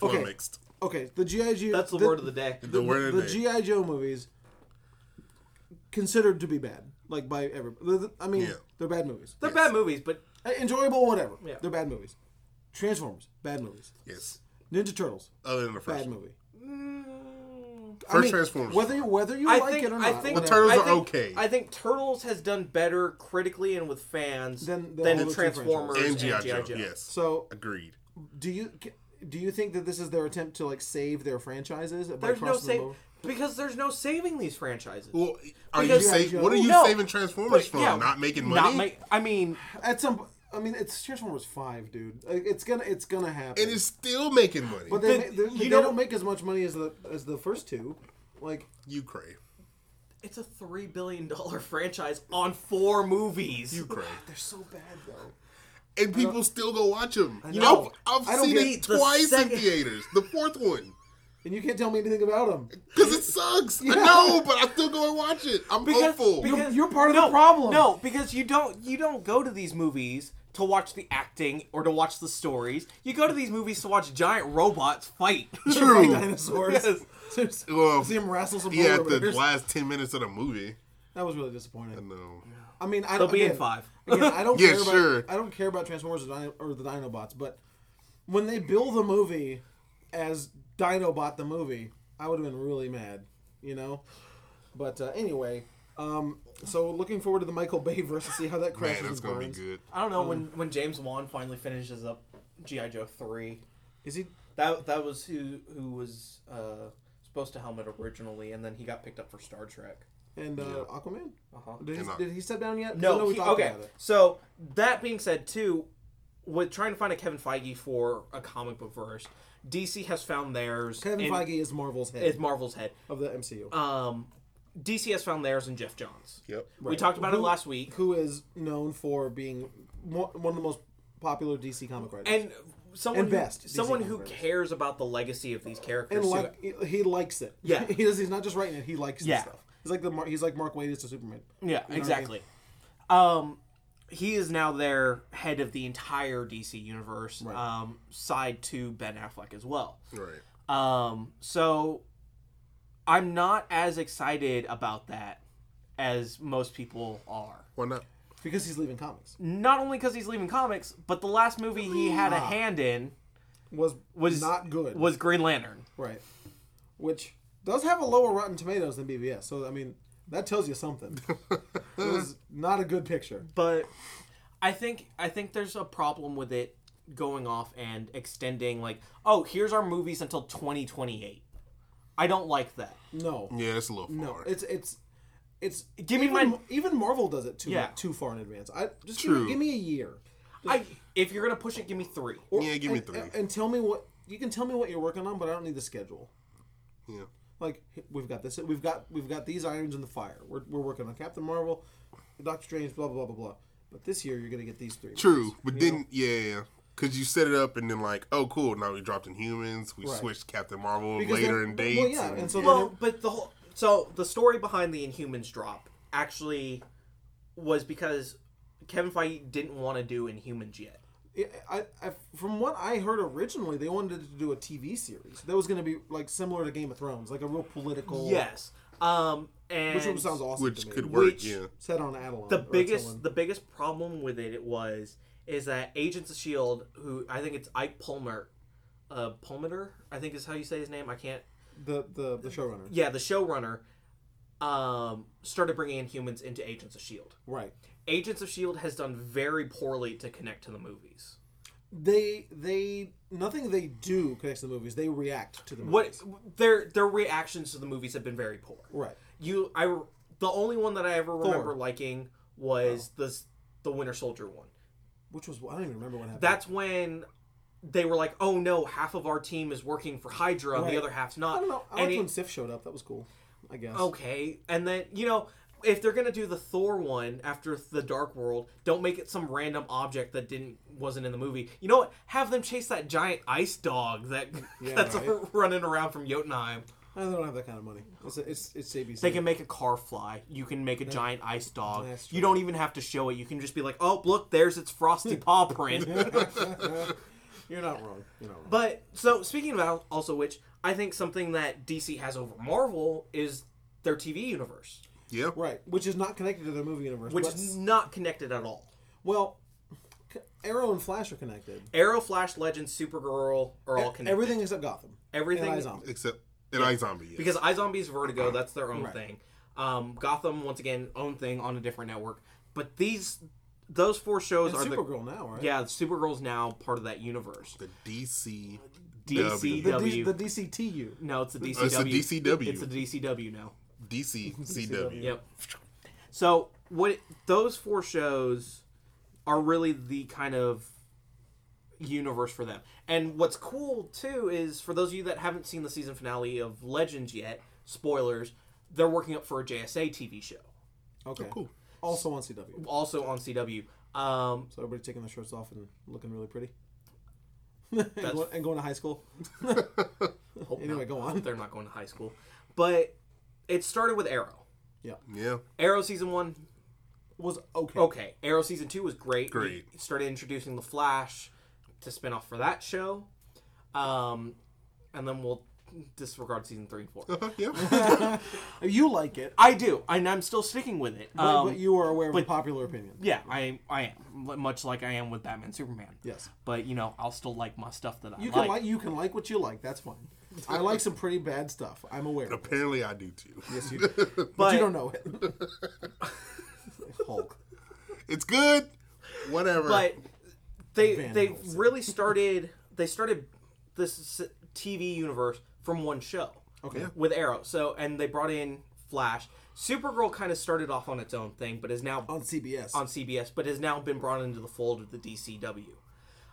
Okay, Flummoxed. okay. The GI Joe. That's the, word of the day. The, word of The the day. GI Joe movies considered to be bad, like by everybody. I mean, Yeah. they're bad movies. They're bad movies, but enjoyable, whatever. Yeah. They're bad movies. Transformers, bad movies. yes. Ninja Turtles, Other than the first. bad one. movie. First Transformers. Whether you whether you I like think it or I not, think whatever. The Turtles I are think- okay. I think Turtles has done better critically and with fans Than than the the other two Transformers and GI G.I. Joe. Yes. So agreed. do you do you think that this is their attempt to like save their franchises? by There's no crossing them save over? because there's no saving these franchises. Well, are you Because- saving? What are you No, saving Transformers but, from? yeah, not making money. Not make, I mean, At some, I mean, it's Transformers Five, dude. Like, It's gonna it's gonna happen. it is still making money. But they, The- they, they you know- don't make as much money as the as the first two. Like you crave. It's a three billion dollar franchise on four movies. You crave. they're so bad though. And people still go watch them. You know. know, I've I don't seen get it the twice in second- theaters. The fourth one. And you can't tell me anything about them. Because it sucks. I know, but I still go and watch it. I'm hopeful. You're- you're part of the problem. No, because you don't you don't go to these movies to watch the acting or to watch the stories. You go to these movies to watch giant robots fight. Like True. dinosaurs. Seriously. Well, See him wrestle some yeah, at polar the bears. last 10 minutes of the movie. That was really disappointing. No. I mean, I They'll don't. be in again- five. Again, I don't Yeah, care about. sure. I don't care about Transformers or, Dino, or the Dinobots, but when they bill the movie as Dinobot the movie, I would have been really mad, you know. But uh, anyway, um, so looking forward to the Michael Bay verse to see how that crashes Man, that's and going to be burns. good. I don't know when Um. when James Wan finally finishes up GI Joe three. Is he? That that was who who was uh, supposed to helm it originally, and then he got picked up for Star Trek. And uh, Aquaman? Uh-huh. Did, And, he, uh, did he step down yet? I know No, we he- talked okay. about it. So that being said, too, with trying to find a Kevin Feige for a comic book verse, DC has found theirs. Kevin and Feige is Marvel's head is Marvel's head. of the MCU, Um, DC has found theirs and Jeff Johns. Yep. We talked about it Who- last week. who is known for being mo- one of the most popular DC comic writers. and someone And best who, DC someone who members. cares about the legacy of these characters. and who- like he- he likes it. Yeah. he does. He's not just writing it. He likes Yeah. this stuff. He's like the Mar- he's like Mark Wade is to Superman. yeah, I mean? exactly. Um he is now their head of the entire DC universe, um, side to Ben Affleck as well. Right. Um, so I'm not as excited about that as most people are. Why not? Because he's leaving comics. Not only because he's leaving comics, but the last movie he had a hand in Was was Was- not good. was Green Lantern. right. Which does have a lower Rotten Tomatoes than BVS. So I mean that tells you something. it was not a good picture. But I think I think there's a problem with it going off and extending like, oh, here's our movies until 2028. I don't like that. No. Yeah, that's a little far. No. It's it's it's Give me even, my- even Marvel does it too Yeah. too far in advance. I just give True. me, give me a year. I if you're gonna push it, give me three. Or- Yeah, give me and- three. And, and tell me what you can tell me what you're working on, but I don't need the schedule. yeah. like we've got this we've got we've got these irons in the fire we're, we're working on captain marvel doctor strange blah blah blah blah blah but this year you're gonna get these three True. But then, yeah, yeah. Because you set it up and then, like, oh, cool. Now we dropped in humans. We Right. switched Captain Marvel Because later then- in well, dates. yeah, and so well, but the whole so the story behind the Inhumans drop actually was because Kevin Feige didn't want to do Inhumans yet. I, I, from what i heard originally they wanted to do a tv series that was gonna be like similar to game of thrones like a real political Yes. Um, and which would- sounds awesome to which me. could work, Which- yeah. set on Adelon the biggest the biggest problem with it, it was is that Agents of Shield, who I think it's Ike Palmer, uh, Palmeter, I think is how you say his name. I can't. the the, the showrunner Yeah, the showrunner um, started bringing in humans into E Agents of Shield. right E Agents of Shield has done very poorly to connect to the movies. they they nothing they do connects to the movies. They react to the movies. What their their reactions to the movies have been very poor. Right. You, I, the only one that I ever remember liking was Oh. the the Winter Soldier one. Which was I don't even remember what happened. That's when they were like, "Oh no, half of our team is working for Hydra, and Right. the other half's I not." don't know. I And liked it- when Sif showed up. That was cool. I guess. Oh. okay, and then you know. If they're gonna do the Thor one after the Dark World, don't make it some random object that didn't wasn't in the movie. You know what? Have them chase that giant ice dog that that's right. running around from Jotunheim. I don't have that kind of money. It's it's it's ABC. They can make a car fly. You can make a giant ice dog. That's You don't even have to show it. You can just be like, "Oh, look, there's its frosty paw print." You're not wrong. You're not wrong. But so speaking about also which I think something that DC has over Marvel is their TV universe, Yeah. right, which is not connected to their movie universe. which but- is not connected at all. well, c- Arrow and Flash are connected. Arrow, Flash, Legends, Supergirl are all connected. Everything except Gotham. Everything- E-, And iZombie. Except an eye zombie. Yes. because iZombie's Vertigo, that's their own Right. thing. Um, Gotham, once again, own thing on a different network. But these, those four shows And are Supergirl now, right? the yeah. Supergirl's now part of that universe. the DC. DC The, D- W. the DCTU. No, it's the DCW. it's the DCW. It's the DCW now. DC CW. Yep. So what it, those four shows are really the kind of universe for them. And what's cool too is for those of you that haven't seen the season finale of Legends yet, spoilers, they're working up for a JSA TV show, Okay. Oh, cool. Also on CW. also on CW. Um, So everybody taking their shirts off and looking really pretty. and, going, and going to high school. anyway, go on. they're not going to high school, but it started with Arrow. Yeah. Arrow season one, Was okay. okay. Arrow season two was great. Great. We started introducing the Flash to spin off for that show, um, and then we'll disregard season three and four. Oh, yeah. You like it, I do, and I'm still sticking with it. but- Um, but you are aware of the popular opinion. yeah, I I am li- much like I am with Batman, Superman. Yes. but you know, I'll still like my stuff that I You can like. like. you can like what you like. That's fine. I like some pretty bad stuff. I'm aware. Of it. Apparently, I do too. Yes, you do. But, you But- don't know it. Hulk. it's good. Whatever. but they Van they Helsing. really started they started this s- TV universe from one show. Okay. Yeah. With Arrow, so and they brought in Flash. Supergirl kind of started off on its own thing, but is now on CBS. on CBS, but has now been brought into the fold of the DCW.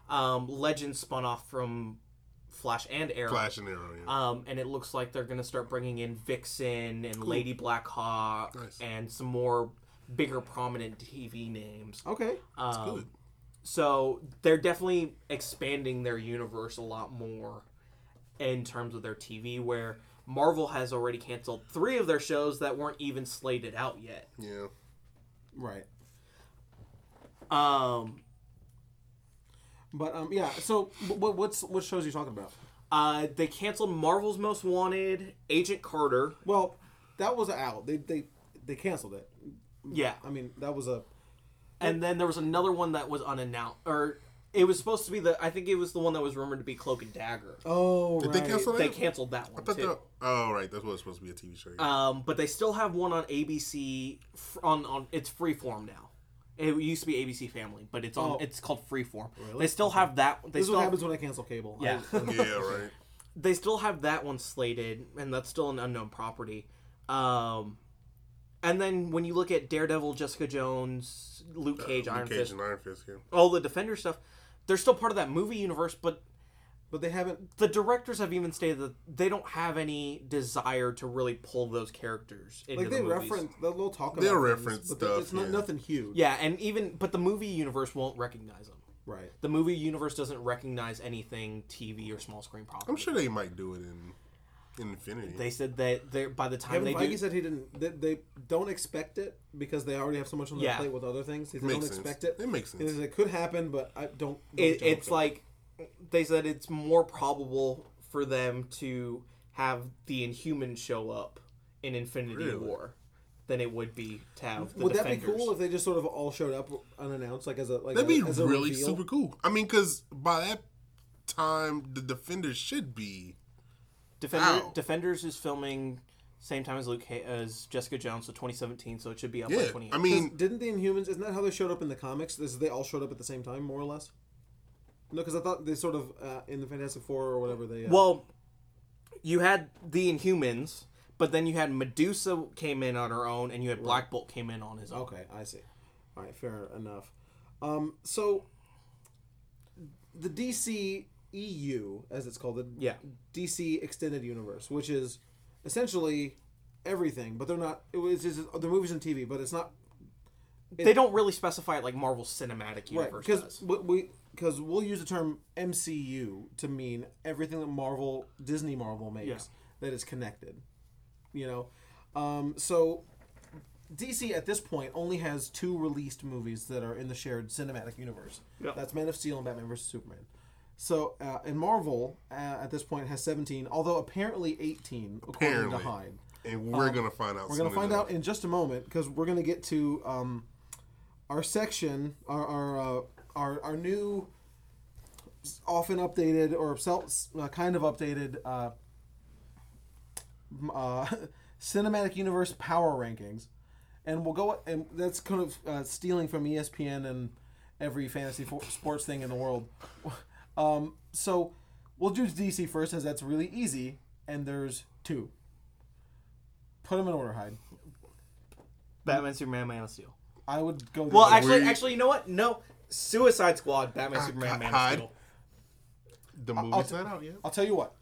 Um, Legends spun off from Flash and Arrow. Flash and Arrow. Yeah. Um, and it looks like they're going to start bringing in Vixen and Lady Blackhawk Nice. and some more bigger prominent TV names. okay. Uh, Um, good. So they're definitely expanding their universe a lot more in terms of their TV, where Marvel has already canceled three of their shows that weren't even slated out yet. yeah. Right. Um, But um, yeah. So what what's what shows are you talking about? Uh, they canceled Marvel's Most Wanted, Agent Carter. Well, that was out. They they they canceled it. Yeah, I mean, that was a and then there was another one that was unannounced, or it was supposed to be the. I think it was the one that was rumored to be Cloak and Dagger. oh Did right. they cancel They it? canceled that one But too. the- oh, right. That's what it's supposed to be a TV show. Uh. yeah. Um, but they still have one on ABC. fr- On on it's Freeform now. It used to be ABC Family, but it's on. Oh. It's called Freeform. They still have that. They This is still what happens when I cancel cable. I- yeah. yeah. Right. they still have that one slated, and that's still an unknown property. Um, and then when you look at Daredevil, Jessica Jones, Luke Cage, Iron Uh, Luke Cage Fist, and Iron Fist. Yeah. all the Defender stuff, they're still part of that movie universe, but but they haven't. the directors have even stated that they don't have any desire to really pull those characters into Like they the movies. reference, they'll, they'll talk about. They'll things, reference but they- It's stuff, not yeah. nothing huge. Yeah, and even but the movie universe won't recognize them. Right. The movie universe doesn't recognize anything TV or small screen property. I'm sure they might do it in, in Infinity. they said that they by the time Kevin they Feige do said he didn't. They, they don't expect it because they already have so much on their Yeah. plate with other things. They Makes don't sense. expect it. It makes sense. He says It could happen, but I don't. don't it, jump. it's like they said it's more probable for them to have the Inhuman show up in Infinity Really? War than it would be to have the Would that be Defenders. cool if they just sort of all showed up unannounced, like as a like That'd a- be as a really reveal? super cool. I mean, because by that time, the Defenders should be Defender, Ow. Defenders is filming same time as Luke Ca- as Jessica Jones, so 2017, so it should be up by yeah. 2018. I mean, Didn't the Inhumans? Isn't that how they showed up in the comics? Is they all showed up at the same time, more or less? No, because I thought they sort of uh, in the Fantastic Four or whatever they. Uh, Well, you had the Inhumans, but then you had Medusa came in on her own, and you had Black Bolt came in on his own. Okay, I see. All right, fair enough. Um, so the DC EU, as it's called, the Yeah. DC Extended Universe, which is essentially everything, but they're not. It was just, they're movies and TV, but it's not They don't really specify it like Marvel Cinematic right Universe because does. we because we'll use the term MCU to mean everything that Marvel, Disney Marvel makes Yeah. that is connected. You know, um, so DC at this point only has two released movies that are in the shared cinematic universe. Yeah. That's Man of Steel and Batman vs Superman. So, uh, and Marvel uh, at this point has 17, although apparently 18, according Apparently. to Hyde. And we're gonna find out. uh, We're going to soon find enough. out in just a moment because we're going to get to um, our section, our our, uh, our our new, s- often updated or self, uh, kind of updated uh, m- uh, cinematic universe power rankings, and we'll go and that's kind of uh, stealing from ESPN and every fantasy fo- sports thing in the world. Um, so we'll do DC first, as that's really easy, and there's two. Put them in order, Hyde. Batman, Superman, Man of Steel. I would go. Well, there. actually, we- actually, you know what? No, Suicide Squad, Batman, Ah, Hi- Superman, Man of Hyde. Steel. The movie's not out yet. I'll tell you what.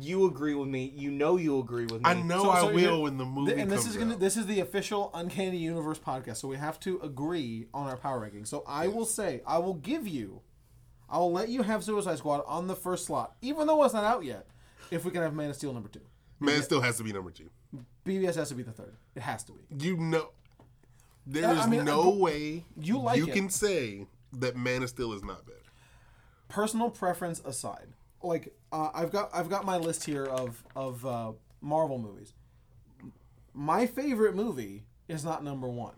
You agree with me. You know you agree with me. I know So- Oh, I so here- will when the movie Th- and this comes is gonna out. this is the official Uncanny Universe podcast, so we have to agree on our power ranking. So I will say, I will give you, I will let you have Suicide Squad on the first slot, even though it's not out yet. If we can have Man of Steel number two, Man still has to be number two. BBS has to be the third. It has to be. You know, there I is mean, no way you like you it. can say that Man of Steel is not better. Personal preference aside, like uh, I've got I've got my list here of of uh, Marvel movies. My favorite movie is not number one,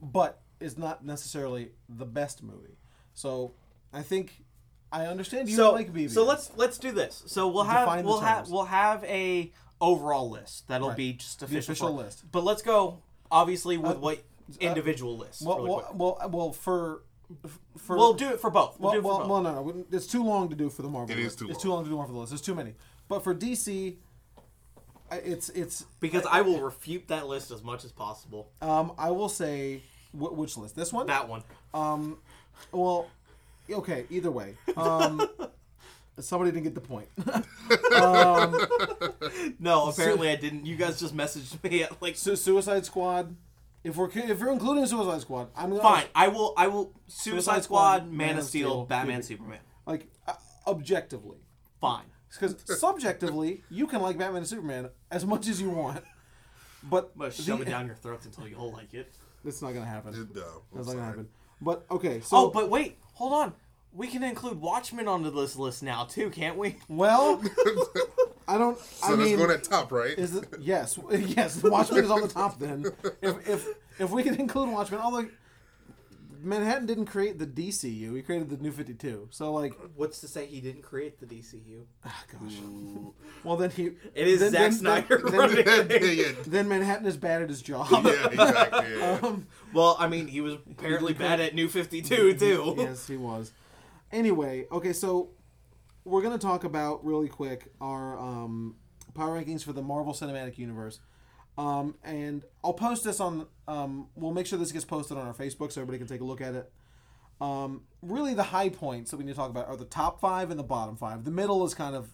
but is not necessarily the best movie. So I think I understand you so, don't like BBS. so let's let's do this. So we'll have Define the we'll have terms. we'll have a overall list. That'll be just official, official for- list. Uh, But let's go obviously with what individual lists. Well, really well, quick. well, well, for for we'll do it for both. well, We'll, do it for well, both. well, no, no, we- it's too long to do for the Marvel. It is list. too It's long. too long to do one for the list. There's too many. But for DC, I- it's it's because I will refute that list as much as possible. um I will say wh- which list? This one? That one. Well, okay. Either way, um, somebody didn't get the point. No, apparently I didn't. You guys just messaged me at like Su- Suicide Squad. If we're if you're including Suicide Squad, I'm gonna fine. I will. I will. Suicide Suicide Squad, Squad, Man of Steel, Batman, Superman. like uh, objectively. Fine. Because subjectively, you can like Batman and Superman as much as you want, but But shove it down your throats until you all like it. it's not gonna happen. No, That's I'm not gonna sorry. happen. But okay, so Oh, but wait, hold on. We can include Watchmen onto this list now too, can't we? well, I don't. So I that's mean, going at top, right? is it, yes, yes. Watchmen is on the top. Then, if if if we can include Watchmen, although Manhattan didn't create the DCU, he created the New Fifty Two. So like, What's to say he didn't create the DCU? ah, gosh. Well, then he. It is then, Zack then- Snyder Then, running then, yeah, it. yeah, then Manhattan is bad at his job. yeah, exactly. Yeah. Well, I mean, he was apparently bad at New Fifty Two too. yes, he was. Anyway, okay, so we're gonna talk about really quick our um, power rankings for the Marvel Cinematic Universe, um, and I'll post this on. Um, we'll make sure this gets posted on our Facebook so everybody can take a look at it. Um, really, the high points that we need to talk about are the top five and the bottom five. The middle is kind of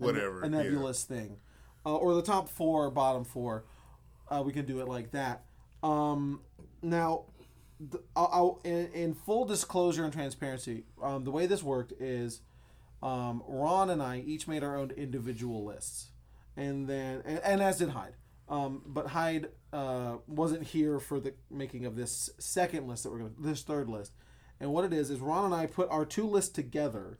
a- Whatever, a yeah. nebulous thing, uh, or the top four, bottom four. Uh, we can do it like that. Um, now, th- I'll, I'll, in, in full disclosure and transparency, um, the way this worked is um, Ron and I each made our own individual lists, and then and, and as did Hyde. Um, but Hyde uh, wasn't here for the making of this second list that we're going to this third list. And what it is is Ron and I put our two lists together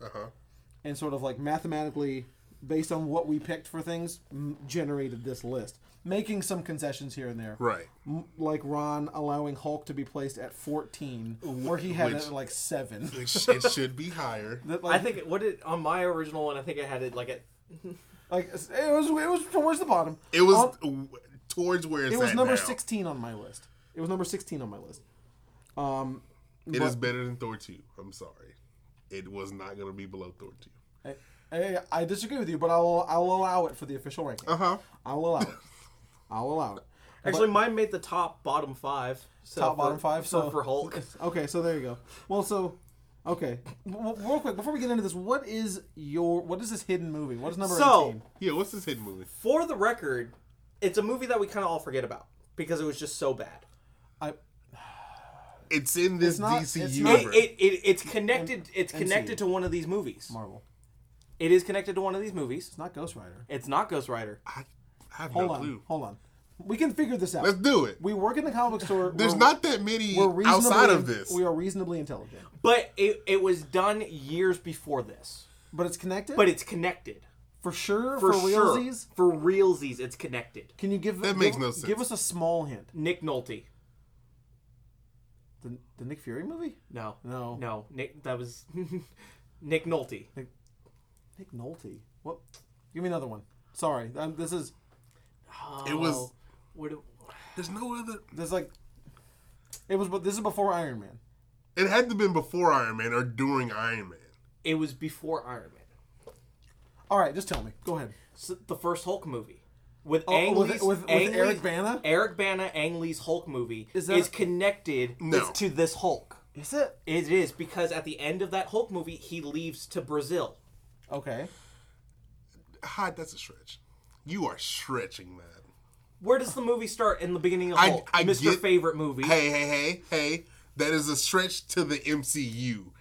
and sort of like mathematically based on what we picked for things m- generated this list making some concessions here and there Right. M- like ron allowing hulk to be placed at 14 where he had it which- at like 7 It sh- it should be higher. That, I like, think what did on my original one? I think I had it like at like it was it was towards the bottom It was On- w- towards where it's it was at number now. 16 on my list it was number 16 on my list It is better than Thor two. I'm sorry. It was not going to be below Thor two. Hey, hey, I disagree with you, but I'll I'll allow it for the official ranking. Uh huh. I'll allow it. I'll allow it. Actually, mine made the top bottom five. So Top for- bottom five, for, so- for Hulk. Okay, so there you go. Well, so okay, W- w- real quick before we get into this, what is your what is this hidden movie? What is number So- eighteen? Yeah. What's this hidden movie? For the record, it's a movie that we kind of all forget about because it was just so bad. I It's in this It's not- DC it's not- universe. It, it, it it's connected. It's connected to one of these movies. Marvel. It is connected to one of these movies. It's not Ghost Rider. It's not Ghost Rider. I, I have Hold no on, clue. hold on. We can figure this out. Let's do it. we work in the comic book store. There's we're- not that many we're reasonably- outside of this. We are reasonably intelligent, But it, it was done years before this. but it's connected. But it's connected for sure, for, for, realsies, sure. For realsies, it's connected. can you give That give- makes no sense. Give us a small hint. Nick Nolte. The, the Nick Fury movie? No. No. No. Nick. That was Nick Nolte. Nick Nolte. What? Give me another one. Sorry, um, this is It was. Oh, What? do- There's no other. this is like it was, but this is before Iron Man. It had to have been before Iron Man or during Iron Man. It was before Iron Man. All right, just tell me. Go ahead. So the first Hulk movie with Oh, Ang with- Lee's, with- with Ang Eric Lee's- Bana? Eric Bana, Ang Lee's Hulk movie Is is, that- connected No. to this Hulk. Is it It is because at the end of that Hulk movie, he leaves to Brazil. okay? Hyde, that's a stretch. You are stretching that. Where does the movie start in the beginning of I- Hulk? I Mr. get- Favorite Movie. Hey, hey, hey, hey. That is a stretch to the MCU.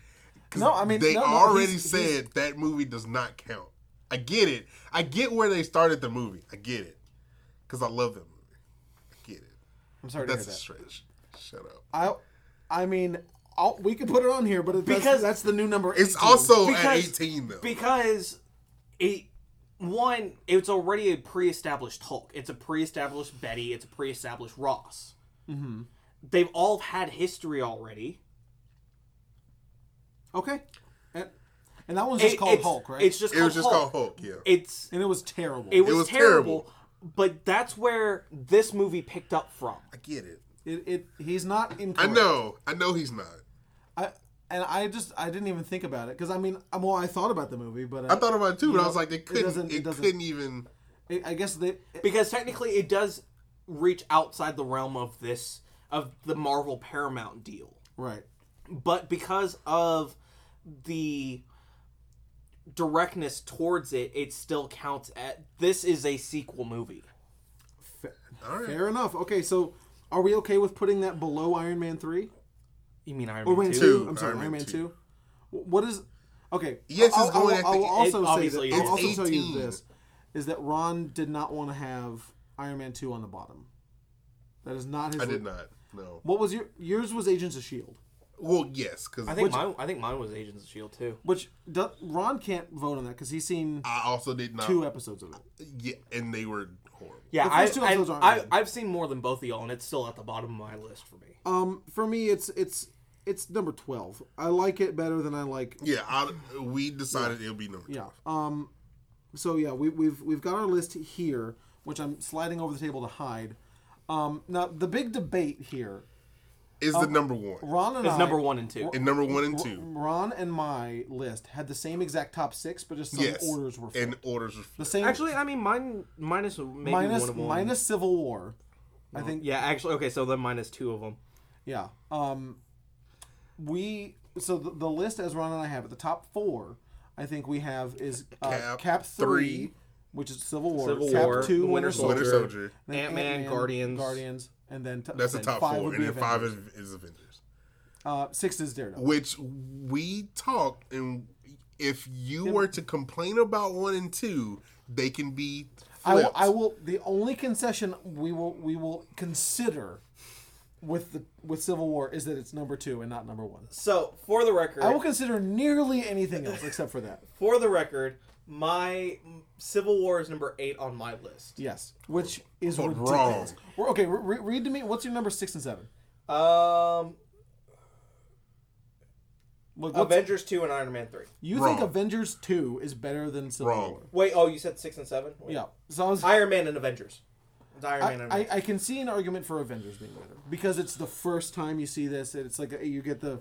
'Cause No, I mean, they no, no, already he's- said that movie does not count. I get it. I get where they started the movie. I get it. Because I love that movie. I get it. I'm sorry to That's a hear that. stretch. Shut up. I, I mean, I'll, we could put it on here, but it, that's, Because- that's the new number. It's 18. also at Because- 18, though. because it one it's already a pre-established hulk it's a pre-established betty it's a pre-established ross mm-hmm. they've all had history already okay, and, and that one's just It- called it's- Hulk, right? it's just it called was just hulk. called Hulk, yeah. it's and it was terrible. it was, was terrible, but that's where this movie picked up from I get it. It, it he's not in. I know. I know he's not. I and I just I didn't even think about it because I mean I'm well I thought about the movie but uh, I thought about it too, but I was like, they couldn't. It, doesn't- it doesn't- couldn't even. it, I guess they because technically it does reach outside the realm of this of the marvel paramount deal right but because of the directness towards it it still counts at this is a sequel movie Fa- All right. fair enough okay so are we okay with putting that below Iron Man three you mean iron or man Man 2 two Two, I'm sorry Iron Iron Man Man two what is okay Yes, it's I'll, I'll, going I'll, at I'll the- also it say obviously that, is. I'll also It's tell you 18. this is that Ron did not want to have Iron Man two on the bottom that is not his I did not. No. what was your yours was Agents of Shield Well, yes, because i think mine i think mine was agents of shield too which do, Ron can't vote on that because he's seen I also did not. two episodes of it Yeah, and they were horrible. yeah The I, first two episodes aren't I, good. I, have seen more than both of y'all and it's still at the bottom of my list for me Um, for me, it's it's it's number twelve. I like it better than I like. Yeah, I, we decided it'll be number. Yeah. twelve. Um, so yeah, we, we've we've got our list here, which I'm sliding over the table to hide. Um, now the big debate here, is Um, the number one Ron and it's I, number one and two and number one and two. Ron and my list had the same exact top six, but just some yes, orders were and flipped. orders were flipped. the same. actually i mean mine minus maybe minus one of them minus Civil War, I think. yeah actually okay so then minus two of them Yeah. Um, we so the, the list as Ron and I have at the top four, I think we have is uh, Cap, Cap three, three. which is Civil War, Civil Cap War, two, The Winter Winter Soldier, Winter Soldier. Soldier. then Ant-Man, Guardians. Guardians, and then t- That's the then top five four, would and be then five Avengers. is, is Avengers, Uh, six is Daredevil. which we talked. And if you were to complain about one and two, they can be I will, flipped. I will. The only concession we will we will consider with the with Civil War is that it's number two and not number one. so for the record I will consider nearly anything else except for that. for the record my civil war is number eight on my list Yes, which is But ridiculous. wrong. We're- Okay, re- re- read to me. What's your number six and seven? um Look, what's- Avengers two and Iron Man three. you Wrong. think Avengers two is better than Civil Wrong. War? Wait, oh, you said six and seven. Wait. Yeah. So I was. I, Iron Man and Avengers. It's Iron Man and I, Avengers. I can see an argument for Avengers being better because it's the first time you see this. and It's like uh, you get the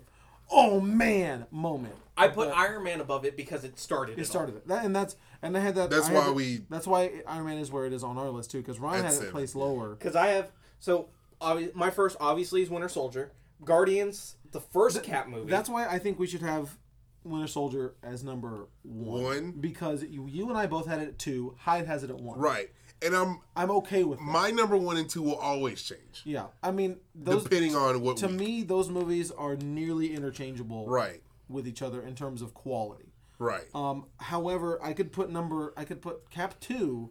oh man moment. I put Iron Man above it because it started. It started it, that, and that's and I had that. That's I had why it- we- That's why Iron Man is where it is on our list too, because Ryan At had seven. it placed lower. because I have so obvi- my first obviously is Winter Soldier, Guardians, the first Cap movie. That's why I think we should have Winter Soldier as number one, One? because you, you and I both had it at two. Hyde has it at one. Right. And I'm I'm okay with that. my number one and two will always change Yeah, I mean those. depending on what to week. me, those movies are nearly interchangeable Right. with each other in terms of quality. Right. Um, however, I could put number I could put Cap two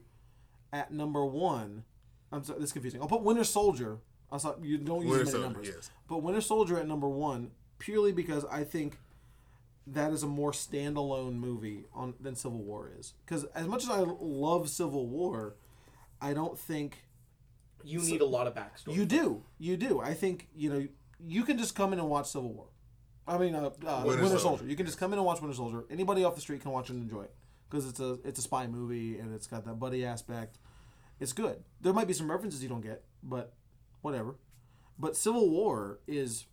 at number one. I'm sorry, this is confusing. I'll put Winter Soldier. I saw you don't use Winter many Soldier, numbers, yes. but Winter Soldier at number one purely because I think that is a more standalone movie on than Civil War is. Because as much as I love Civil War, I don't think you need a lot of backstory. you do. You do. I think you know. You can just come in and watch Civil War. I mean, uh, uh, Winter, Soldier. Soldier. You can just come in and watch Winter Soldier. Anybody off the street can watch and enjoy it because it's a it's a spy movie and it's got that buddy aspect. It's good. There might be some references you don't get, but whatever. But Civil War is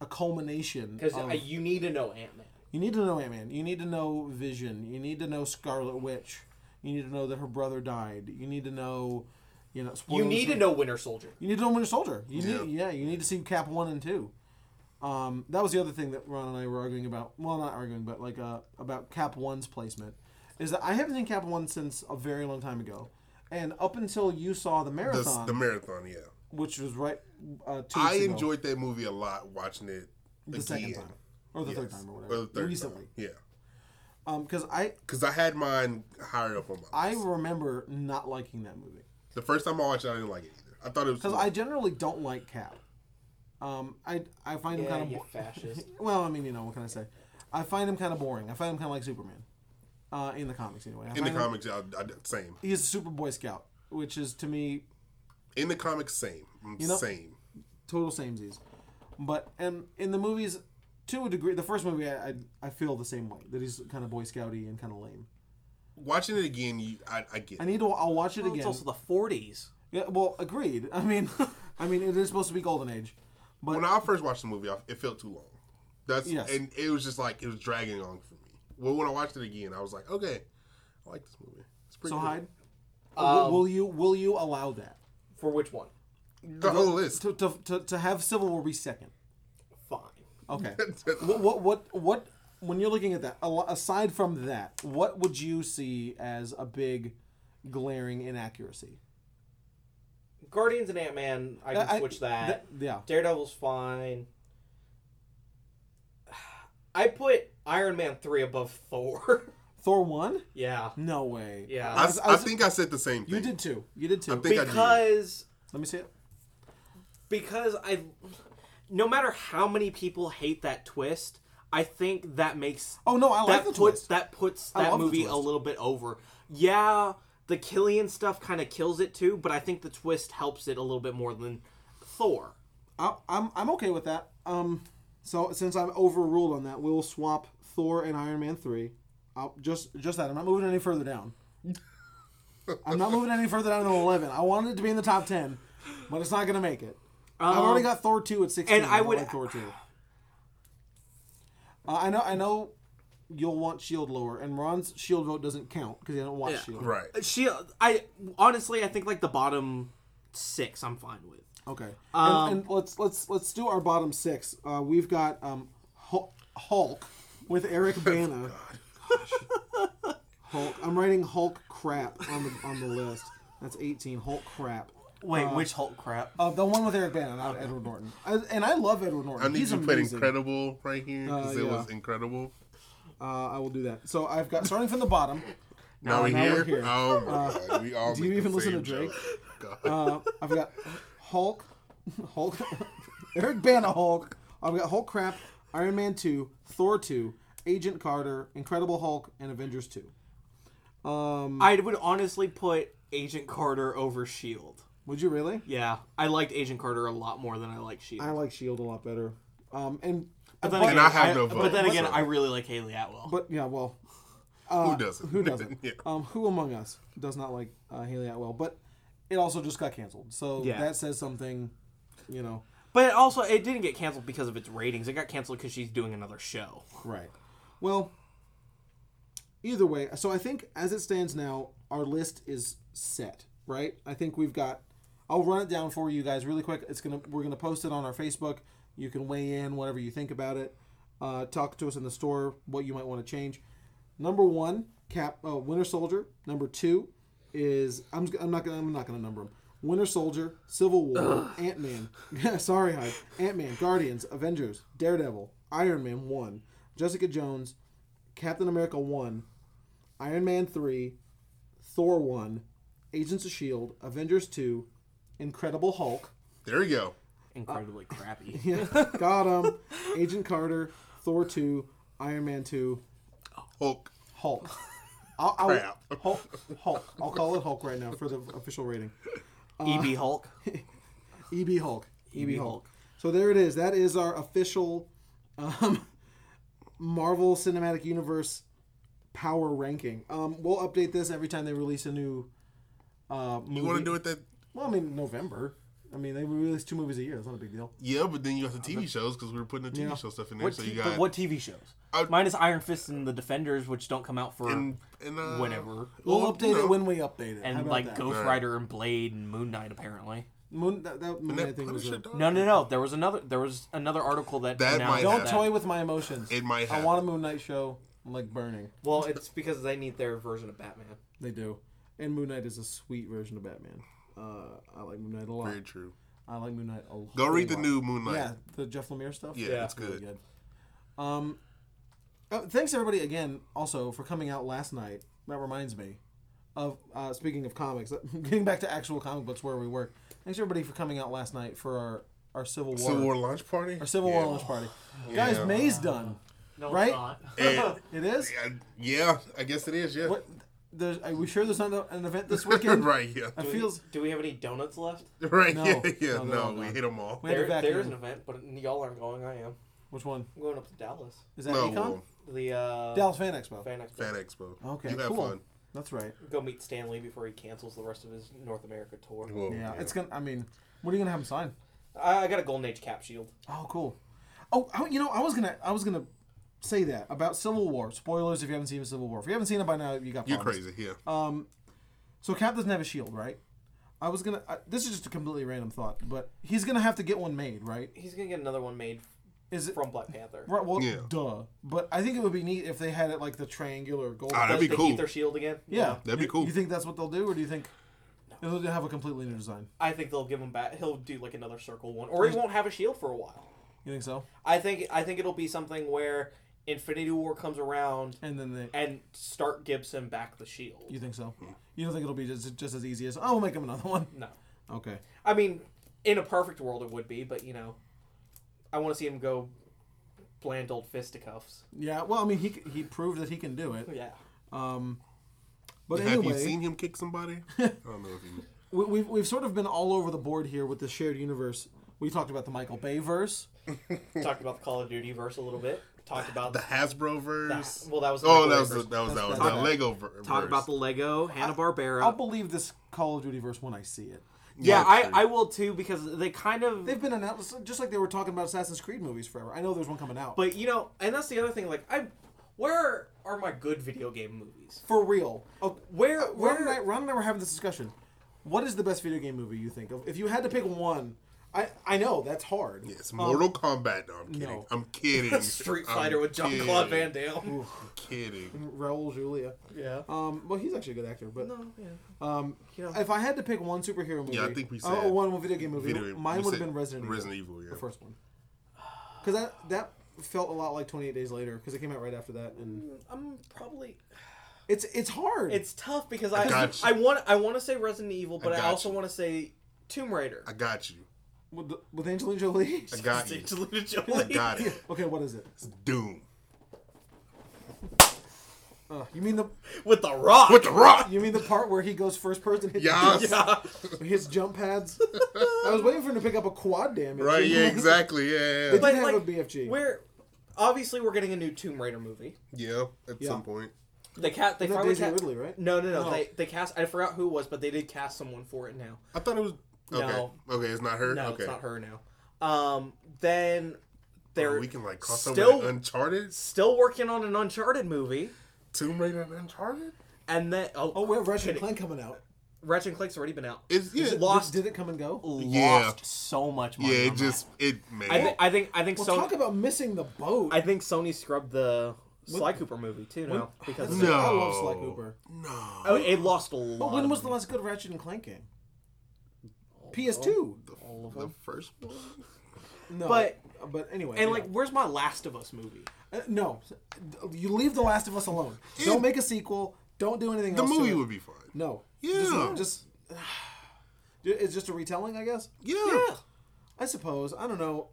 a culmination because of- you need to know Ant Man. you need to know Ant Man. You need to know Vision. You need to know Scarlet Witch. You need to know that her brother died. You need to know, you know. You spoilers need to for- know Winter Soldier. you need to know Winter Soldier. You Yeah. need, yeah, you need to see Cap one and two. Um, that was the other thing that Ron and I were arguing about. Well, not arguing, but like uh, about Cap one's placement is that I haven't seen Cap one since a very long time ago, and up until you saw the The- marathon, the marathon, yeah. which was right uh, two weeks I ago, enjoyed that movie a lot watching it the second time or the third time or whatever recently, Yeah. because I Because I had mine higher up on my I list. remember not liking that movie. The first time I watched it, I didn't like it either. I thought it was. Because I generally don't like Cap. Um, I I find him kind Yeah, of you fascist. well, I mean, you know, what can I say? I find him kind of boring. I find him kind of like Superman, uh, in the comics anyway. I in the find him- comics, I, I, same. he's a Super Boy Scout, which is to me In the comics, same. know- same. total samesies. But and in the movies, to a degree, the first movie I I, I feel the same way that he's kind of Boy Scouty and kind of lame. Watching it again, you, I, I get I it. need to. I'll watch it again. It's also the 40s. yeah, well, agreed. I mean, I mean, it is supposed to be Golden Age, but When I first watched the movie, I, it felt too long. That's Yes. and it was just like it was dragging on for me. Well, when I watched it again, I was like, okay, I like this movie. It's pretty. so good. Hyde, will, will you will you allow that For which one? the whole list. to to, to, to have Civil War be second? Fine. Okay. what, what what what when you're looking at that al- aside from that, what would you see as a big glaring inaccuracy? Guardians and Ant Man. I can I- switch that. that- yeah. Daredevil's fine. I put Iron Man three above Thor. Thor 1? yeah, No way. Yeah. I, was- I was- think I said the same thing. you did too. You did too. I think I did. because Let me see it. because I, no matter how many people hate that twist, I think that makes Oh no, I like that the puts twist. that puts love that the movie a twist. little bit over. Yeah, the Killian stuff kind of kills it too, but I think the twist helps it a little bit more than Thor. I, I'm I'm okay with that. Um so since I'm overruled on that, we'll swap Thor and Iron Man 3. I'll just just that. I'm not moving any further down. I'm not moving any further down than 11. I wanted it to be in the top 10, but it's not going to make it. I've already got Thor 2 at 16. Um, and I don't would- like Thor 2. Uh, I know I know you'll want Shield lower and Ron's Shield E vote doesn't count cuz he didn't watch Shield. right. She, I honestly, I think like the bottom six, I'm fine with. Okay. and, and let's let's let's do our bottom six. Uh, we've got um, Hul- Hulk with Eric Bana. Hulk. I'm writing Hulk crap on the on the list. That's 18. Hulk crap. Wait, which Hulk crap? Uh, the one with Eric Bana, not Edward Norton. I, and I love Edward Norton. I need He's you to put amazing. incredible right here because Uh, it yeah. was incredible. Uh, I will do that. So I've got starting from the bottom. Now, we're, now here. we're here. Uh, Oh my god, we all. do you make the even listen same to Drake? joke. God. Uh, I've got Hulk, Hulk, Eric Bana Hulk. I've got Hulk crap, Iron Man two, Thor two, Agent Carter, Incredible Hulk, and Avengers two. I would honestly put Agent Carter over Shield. Would you really? E Yeah, I liked Agent Carter a lot more than I E like Shield. I like Shield a lot better. Um, and but, then And I have no vote. But then again, so I really like Haley Atwell. but yeah, well, who doesn't? Uh, who doesn't? yeah. um, who among us does not like uh, Haley Atwell? But it also just got canceled, so Yeah. that says something. You know, But also, it didn't get canceled because of its ratings. It got canceled because she's doing another show. Right. Well, either way, so I think as it stands now, our list is set, right? I think we've got I'll run it down for you guys really quick. It's gonna we're gonna post it on our Facebook. You can weigh in whatever you think about it. Uh, talk to us in the store what you might want to change. Number one, Cap uh, Winter Soldier. Number two is I'm, I'm not gonna I'm not gonna number them. Winter Soldier, Civil War, Ant Man. Sorry, Hyde. Ant Man, Guardians, Avengers, Daredevil, Iron Man one, Jessica Jones, Captain America one, Iron Man three, Thor one, Agents of Shield, E Avengers two, Incredible Hulk. There you go. Incredibly Uh, crappy. Yeah, got him. Agent Carter, Thor two, Iron Man two, Hulk. Hulk. I'll, I'll, Crap. Hulk. Hulk. I'll call it Hulk right now for the official rating. EB E Hulk. EB Hulk. EB Hulk. Hulk. So there it is. That is our official um, Marvel Cinematic Universe power ranking. Um, we'll update this every time they release a new uh, movie. You want to do it that? Well, I mean November. I mean they release two movies a year. It's not a big deal. Yeah, but then you got the TV shows because we were putting the TV Yeah. show stuff in there. What, so t- you got what TV shows? I- Mine is Iron Fist and the Defenders, which don't come out for and, and, uh, whenever. We'll well, update you know, it when we update it. How And about like that? Ghost Right. Rider and Blade and Moon Knight, apparently. Moon, that, that Moon and that Knight thing was Punisher a- dog- No, no, no. There was another. There was another article that, That announced might Don't happen. that- toy with my emotions. It might I happen. want a Moon Knight show. I'm like burning. Well, it's because they need their version of Batman. They do. And Moon Knight is a sweet version of Batman. Uh, I like Moon Knight a lot. Very true. I like Moon Knight a lot. Go read the new Moonlight. Yeah, the Jeff Lemire stuff. Yeah, Yeah. it's Really good. good. Um, oh, thanks everybody again also for coming out last night. That reminds me of uh, speaking of comics, getting back to actual comic books where we work. Thanks everybody for coming out last night for our our Civil War, Civil War launch party. our Civil War launch party. Guys, May's done. No, Right? it's not. And- It is. yeah, yeah, I guess it is. Yeah. What? There's, are we sure there's not an event this weekend? right. Yeah. I Do we- feels Do we have any donuts left? Right. No. Yeah. Yeah. No, No, they're all we gone. hit them all. We had to There, vacuum. there is an event, but y'all aren't going. I am. Which one I'm going up to Dallas. is that? No, Econ? well, The uh, Dallas Fan Expo. Fan Expo. Fan Expo. Okay, You have cool. fun. That's right. Go meet Stanley before he cancels the rest of his North America tour. Well, Yeah, it's gonna. I mean, what are you gonna have him sign? I, I got a Golden Age cap shield. Oh, cool. Oh, I- you know, I was gonna, I was gonna say that about Civil War. Spoilers if you haven't seen Civil War. If you haven't seen it by now, you got You're problems. crazy. Yeah. So Cap doesn't have a shield, right? I was gonna. I, this is just a completely random thought, but he's gonna have to get one made, right? He's gonna get another one made Is it? from Black Panther. Right, well, Yeah. duh. But I think it would be neat if they had it like the triangular gold. Ah, that'd Does be the cool. Ether shield again. yeah, That'd be You- cool. You think that's what they'll do, or do you think they'll have a completely new design? I think they'll give him back. He'll do like another circle one, or he won't have a shield for a while. You think so? I think I think it'll be something where Infinity War comes around And then they. and Stark gives him back the shield. You think so? Hmm. You don't think it'll be just, just as easy as oh, we'll make him another one? No, Okay. I mean, in a perfect world it would be, but you know, I want to see him go bland old fisticuffs. Yeah. Well, I mean, he he proved that he can do it. Yeah, Um, but Have you anyway, seen him kick somebody? I don't know if you. we, we've we've sort of been all over the board here with the shared universe. We talked about the Michael Bay verse. talked about the Call of Duty verse a little bit. Talked about The Hasbro that. verse. Well, that was the Oh, Michael that Bay was the, verse. that was that was That's the bad. Lego ver- Talk verse. about the Lego Hanna Barbera. I'll believe this Call of Duty verse when I see it. yeah, Yeah, I, sure. I will too because they kind of. They've been announced just like they were talking about Assassin's Creed movies forever. I know there's one coming out, But you know, and that's the other thing. Like, I where are my good video game movies? for real, Oh, where Ron and, I, where? Ron and I were having this discussion. What is the best video game movie you think of? If you had to pick one, I I know that's hard. Yes, Mortal Kombat. No, I'm kidding. no. I'm kidding. Um, Street I'm Fighter with John Claude Van kidding. Damme. Kidding. Raul Um, Julia. Yeah. Um, well, he's actually a good actor, but Oh, yeah. um, Yeah. if I had to pick one superhero movie, I think we oh, said- one video game movie. Video- mine you would have said been Resident Evil. Resident Evil. Yeah. the first one. Because that that felt a lot like 28 Days Later because it came out right after that, and I'm probably. it's it's hard. It's tough because I I, got you. want I want to say Resident Evil, but I, got also you. want to say Tomb Raider. I got you. with, the, with Angelina Jolie. I got you. Angelina I Jolie. got it. Okay, what is it? It's Doom Uh, you mean the with the Rock. with the Rock. you mean the part where he goes first person, hits, Yes. Yeah. hits jump pads? I was waiting for him to pick up a quad damage. Right. Yeah. Exactly. Yeah. Yeah. But- didn't have a BFG. We're obviously we're getting a new Tomb Raider movie. yeah at some point. They cast they Not finally Daisy cast Ridley, right? No, no, no, No. They they cast. I forgot who it was, but they did cast someone for it now. I thought it was. Okay. No. Okay. It's not her. No, okay. it's not her now. Um, then they're Oh, we can like cross over still- to Uncharted, still working on an Uncharted movie, Tomb Raider, and Uncharted. and then oh, Oh, we have Ratchet kidding. and Clank coming out. Ratchet and Clank's already been out. It's yeah, Lost- Did, did it come and go? Yeah. Lost so much money. yeah. It on just it man. I, thi- I think I think Well, Sony. talk about missing the boat. I think Sony scrubbed the Sly Cooper movie too now because of No. it. I love Sly Cooper. no. Oh, it lost a lot. But when of was the money. last good Ratchet and Clank game? PS2. the first one. No, But- but anyway, and yeah. like where's my Last of Us movie? Uh, no, you leave The Last of Us alone. Don't make a sequel. Don't do anything. The else movie to it. would be fun. No. Yeah. Just, just it's just a retelling, I guess. Yeah. I suppose. I don't know.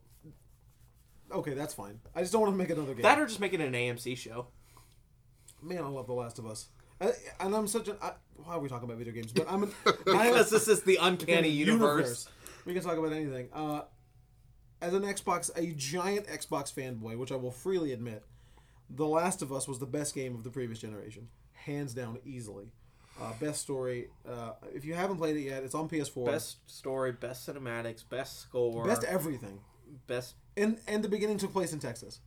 Okay, that's fine. I just don't want to make another game. That or just making an AMC show. Man, I love The Last of Us. I, and I'm such an. I, why are we talking about video games? But I'm an Because this is the uncanny universe. We can talk about anything. Uh, as an Xbox, a giant Xbox fanboy, which I will freely admit, The Last of Us was the best game of the previous generation, hands down, easily. Uh, best story. Uh, if you haven't played it yet, it's on PS4. Best story, best cinematics, best score, best everything. best. And and the beginning took place in Texas,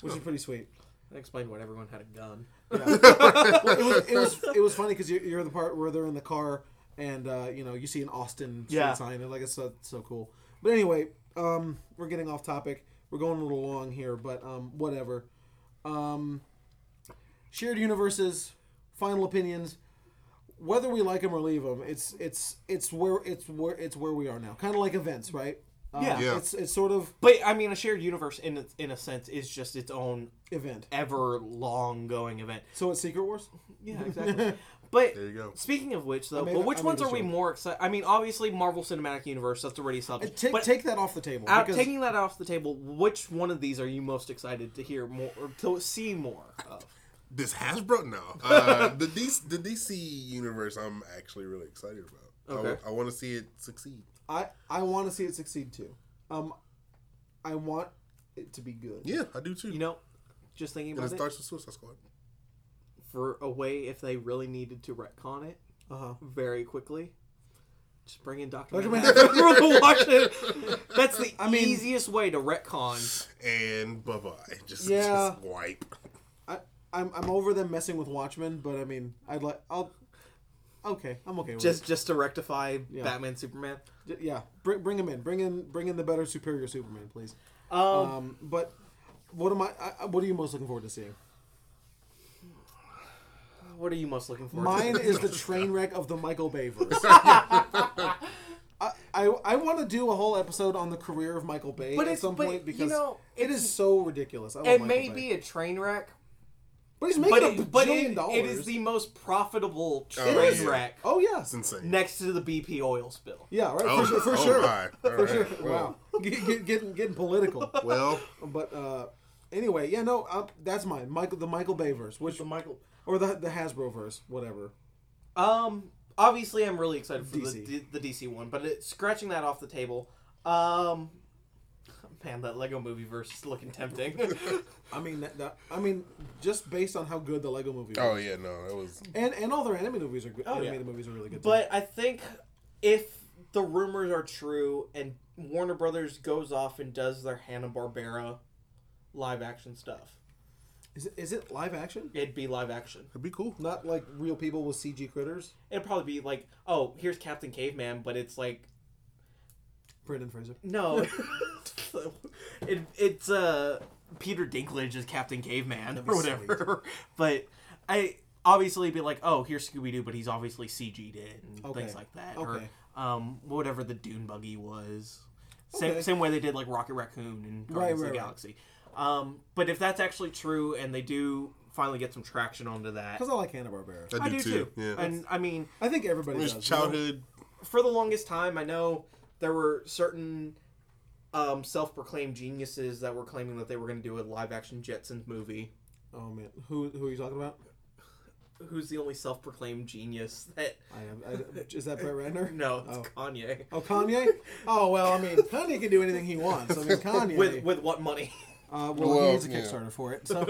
which is pretty sweet. That explained why everyone had a gun. Well, it, was, it was it was funny because you're, you're the part where they're in the car and uh, you know you see an Austin street Yeah. sign and like it's so, so cool. But anyway, um, we're getting off topic. We're going a little long here, but um, whatever. Um, shared universes, final opinions. Whether we like them or leave them, it's it's it's where it's where it's where we are now. Kind of like events, right? Uh, Yeah. Yeah. It's it's sort of But I mean, a shared universe in a- in a sense is just its own event. ever long going event. So it's Secret Wars. Yeah, exactly. but There you go. Speaking of which, though, made but a- which I made ones a are we joke. more excited? I mean, obviously, Marvel Cinematic Universe. That's already something. Take, but take that off the table. out, because- taking that off the table, which one of these are you most excited to hear more or to see more of? This Hasbro? No. Uh, the, DC, the DC universe, I'm actually really excited about. Okay. I, want to see it succeed. I I want to see it succeed too. Um, I want it to be good. Yeah, I do too. You know, just thinking and it about it starts with Suicide Squad. for a way if they really needed to retcon it Uh huh. very quickly. Just bring in Doctor Dr. Manhattan. to watch it. That's the I mean- easiest way to retcon. And bye bye. Just, Yeah. just wipe. I I'm, I'm over them messing with Watchmen, but I mean, I'd like I'll. Okay, I'm okay with Just just to rectify Batman Superman. it. J- Yeah, bring bring him in. Bring in bring in the better superior Superman, please. Um, Um, but what am I, I? I- What are you most looking forward to seeing? what are you most looking for? Mine is the train wreck of the Michael Bay verse. I, I, I want to do a whole episode on the career of Michael Bay But at it's- some but, point you because know, it is so ridiculous. I love it Michael may Bay. be a train wreck, But he's but making a it, but billion it, dollars. it is the most profitable train Oh, yeah. wreck oh yeah, It's insane. next to the BP oil spill. yeah, right Oh, for sure, for oh sure, my. All for right. sure. Well, Wow, get, get, getting getting political. Well, But uh, anyway, yeah, no, uh, that's mine. Michael, the Michael Bay verse, which So Michael, or the the Hasbro verse, whatever. um, obviously I'm really excited for DC. the the DC one, but it, scratching that off the table, um, man, that Lego Movie verse is looking tempting. I mean, that, that, I mean, just based on how good the Lego Movie, was. oh yeah, no, that was. and and all their animated movies are good. Oh, yeah. animated movies are really good. but I think if the rumors are true and Warner Brothers goes off and does their Hanna Barbera live action stuff, too. is it, is it live action? it'd be live action. It'd be cool. Not like real people with CG critters. It'd probably be like, oh, here's Captain Caveman, but it's like Brendan Fraser. no, it, it's uh Peter Dinklage as Captain Caveman or whatever. but I obviously be like, oh, here's Scooby Doo, but he's obviously CG'd it and Okay. things like that, Okay. or um whatever the Dune buggy was. Okay. Same, same way they did like Rocket Raccoon and Guardians right, of the right. Galaxy. Um, but if that's actually true and they do finally get some traction onto that, Because I like Hanna Barbera. I do, I do too. Yeah. And I mean, I think everybody it was does. childhood. for the longest time, I know there were certain um, self-proclaimed geniuses that were claiming that they were going to do a live-action Jetsons movie. You know? Oh man, who who are you talking about? Who's the only self-proclaimed genius that? I have. I, is that Brett Ratner? No, it's Kanye. Oh, Kanye? Oh, well, I mean, Kanye can do anything he wants. I mean, Kanye. With with what money? uh, well, Well, he needs a yeah. Kickstarter for it. So,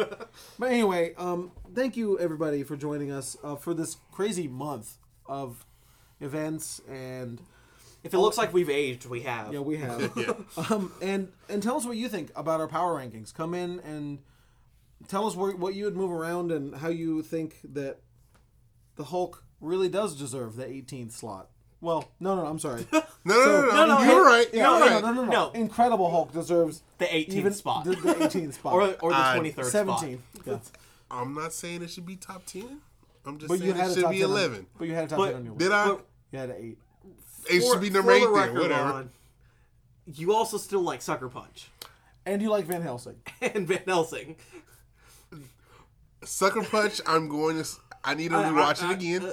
But anyway, um, thank you, everybody, for joining us uh, for this crazy month of events and If it looks like we've aged, we have. Yeah, we have. Yeah. um, and and tell us what you think about our power rankings. Come in and tell us where, what you would move around and how you think that the Hulk really does deserve the 18th slot. Well, no, no, I'm sorry. No, no, no, no, no, You're hey, right. Yeah, You're no, right. no, no, no, No. Incredible Hulk deserves The 18th even spot. The, the 18th spot. or, or the Uh, 23rd spot. 17th. Yeah. I'm not saying it should be top ten. I'm just But you saying had it a should top be 10 on- eleven. But you had a top But 10 on your Did list. I? But- You had an 8. For- it should be number for eight the then. record, Whatever. Lon, you also still like Sucker Punch And you like Van Helsing. and Van Helsing. Sucker Punch. I'm going to. s- I need to I- rewatch I- it again. uh,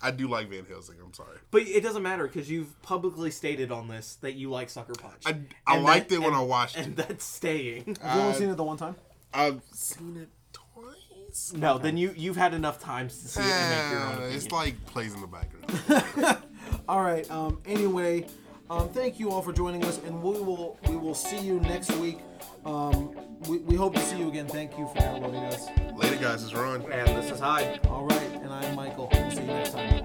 I do like Van Helsing. I'm sorry. But it doesn't matter because you've publicly stated on this that you like Sucker Punch. I, I And liked that- it when I and- watched And it. that's staying. Have you only seen it the one time? I've seen it twice. No, then you you've had enough times to see it and make your own Uh, opinion. it's like plays in the background. All right. Um, anyway, um, thank you all for joining us, and we will we will see you next week. Um, we, we hope to see you again. Thank you for downloading us. Later, guys. It's Ron. and this is Hyde. All right, and I'm Michael. We'll see you next time.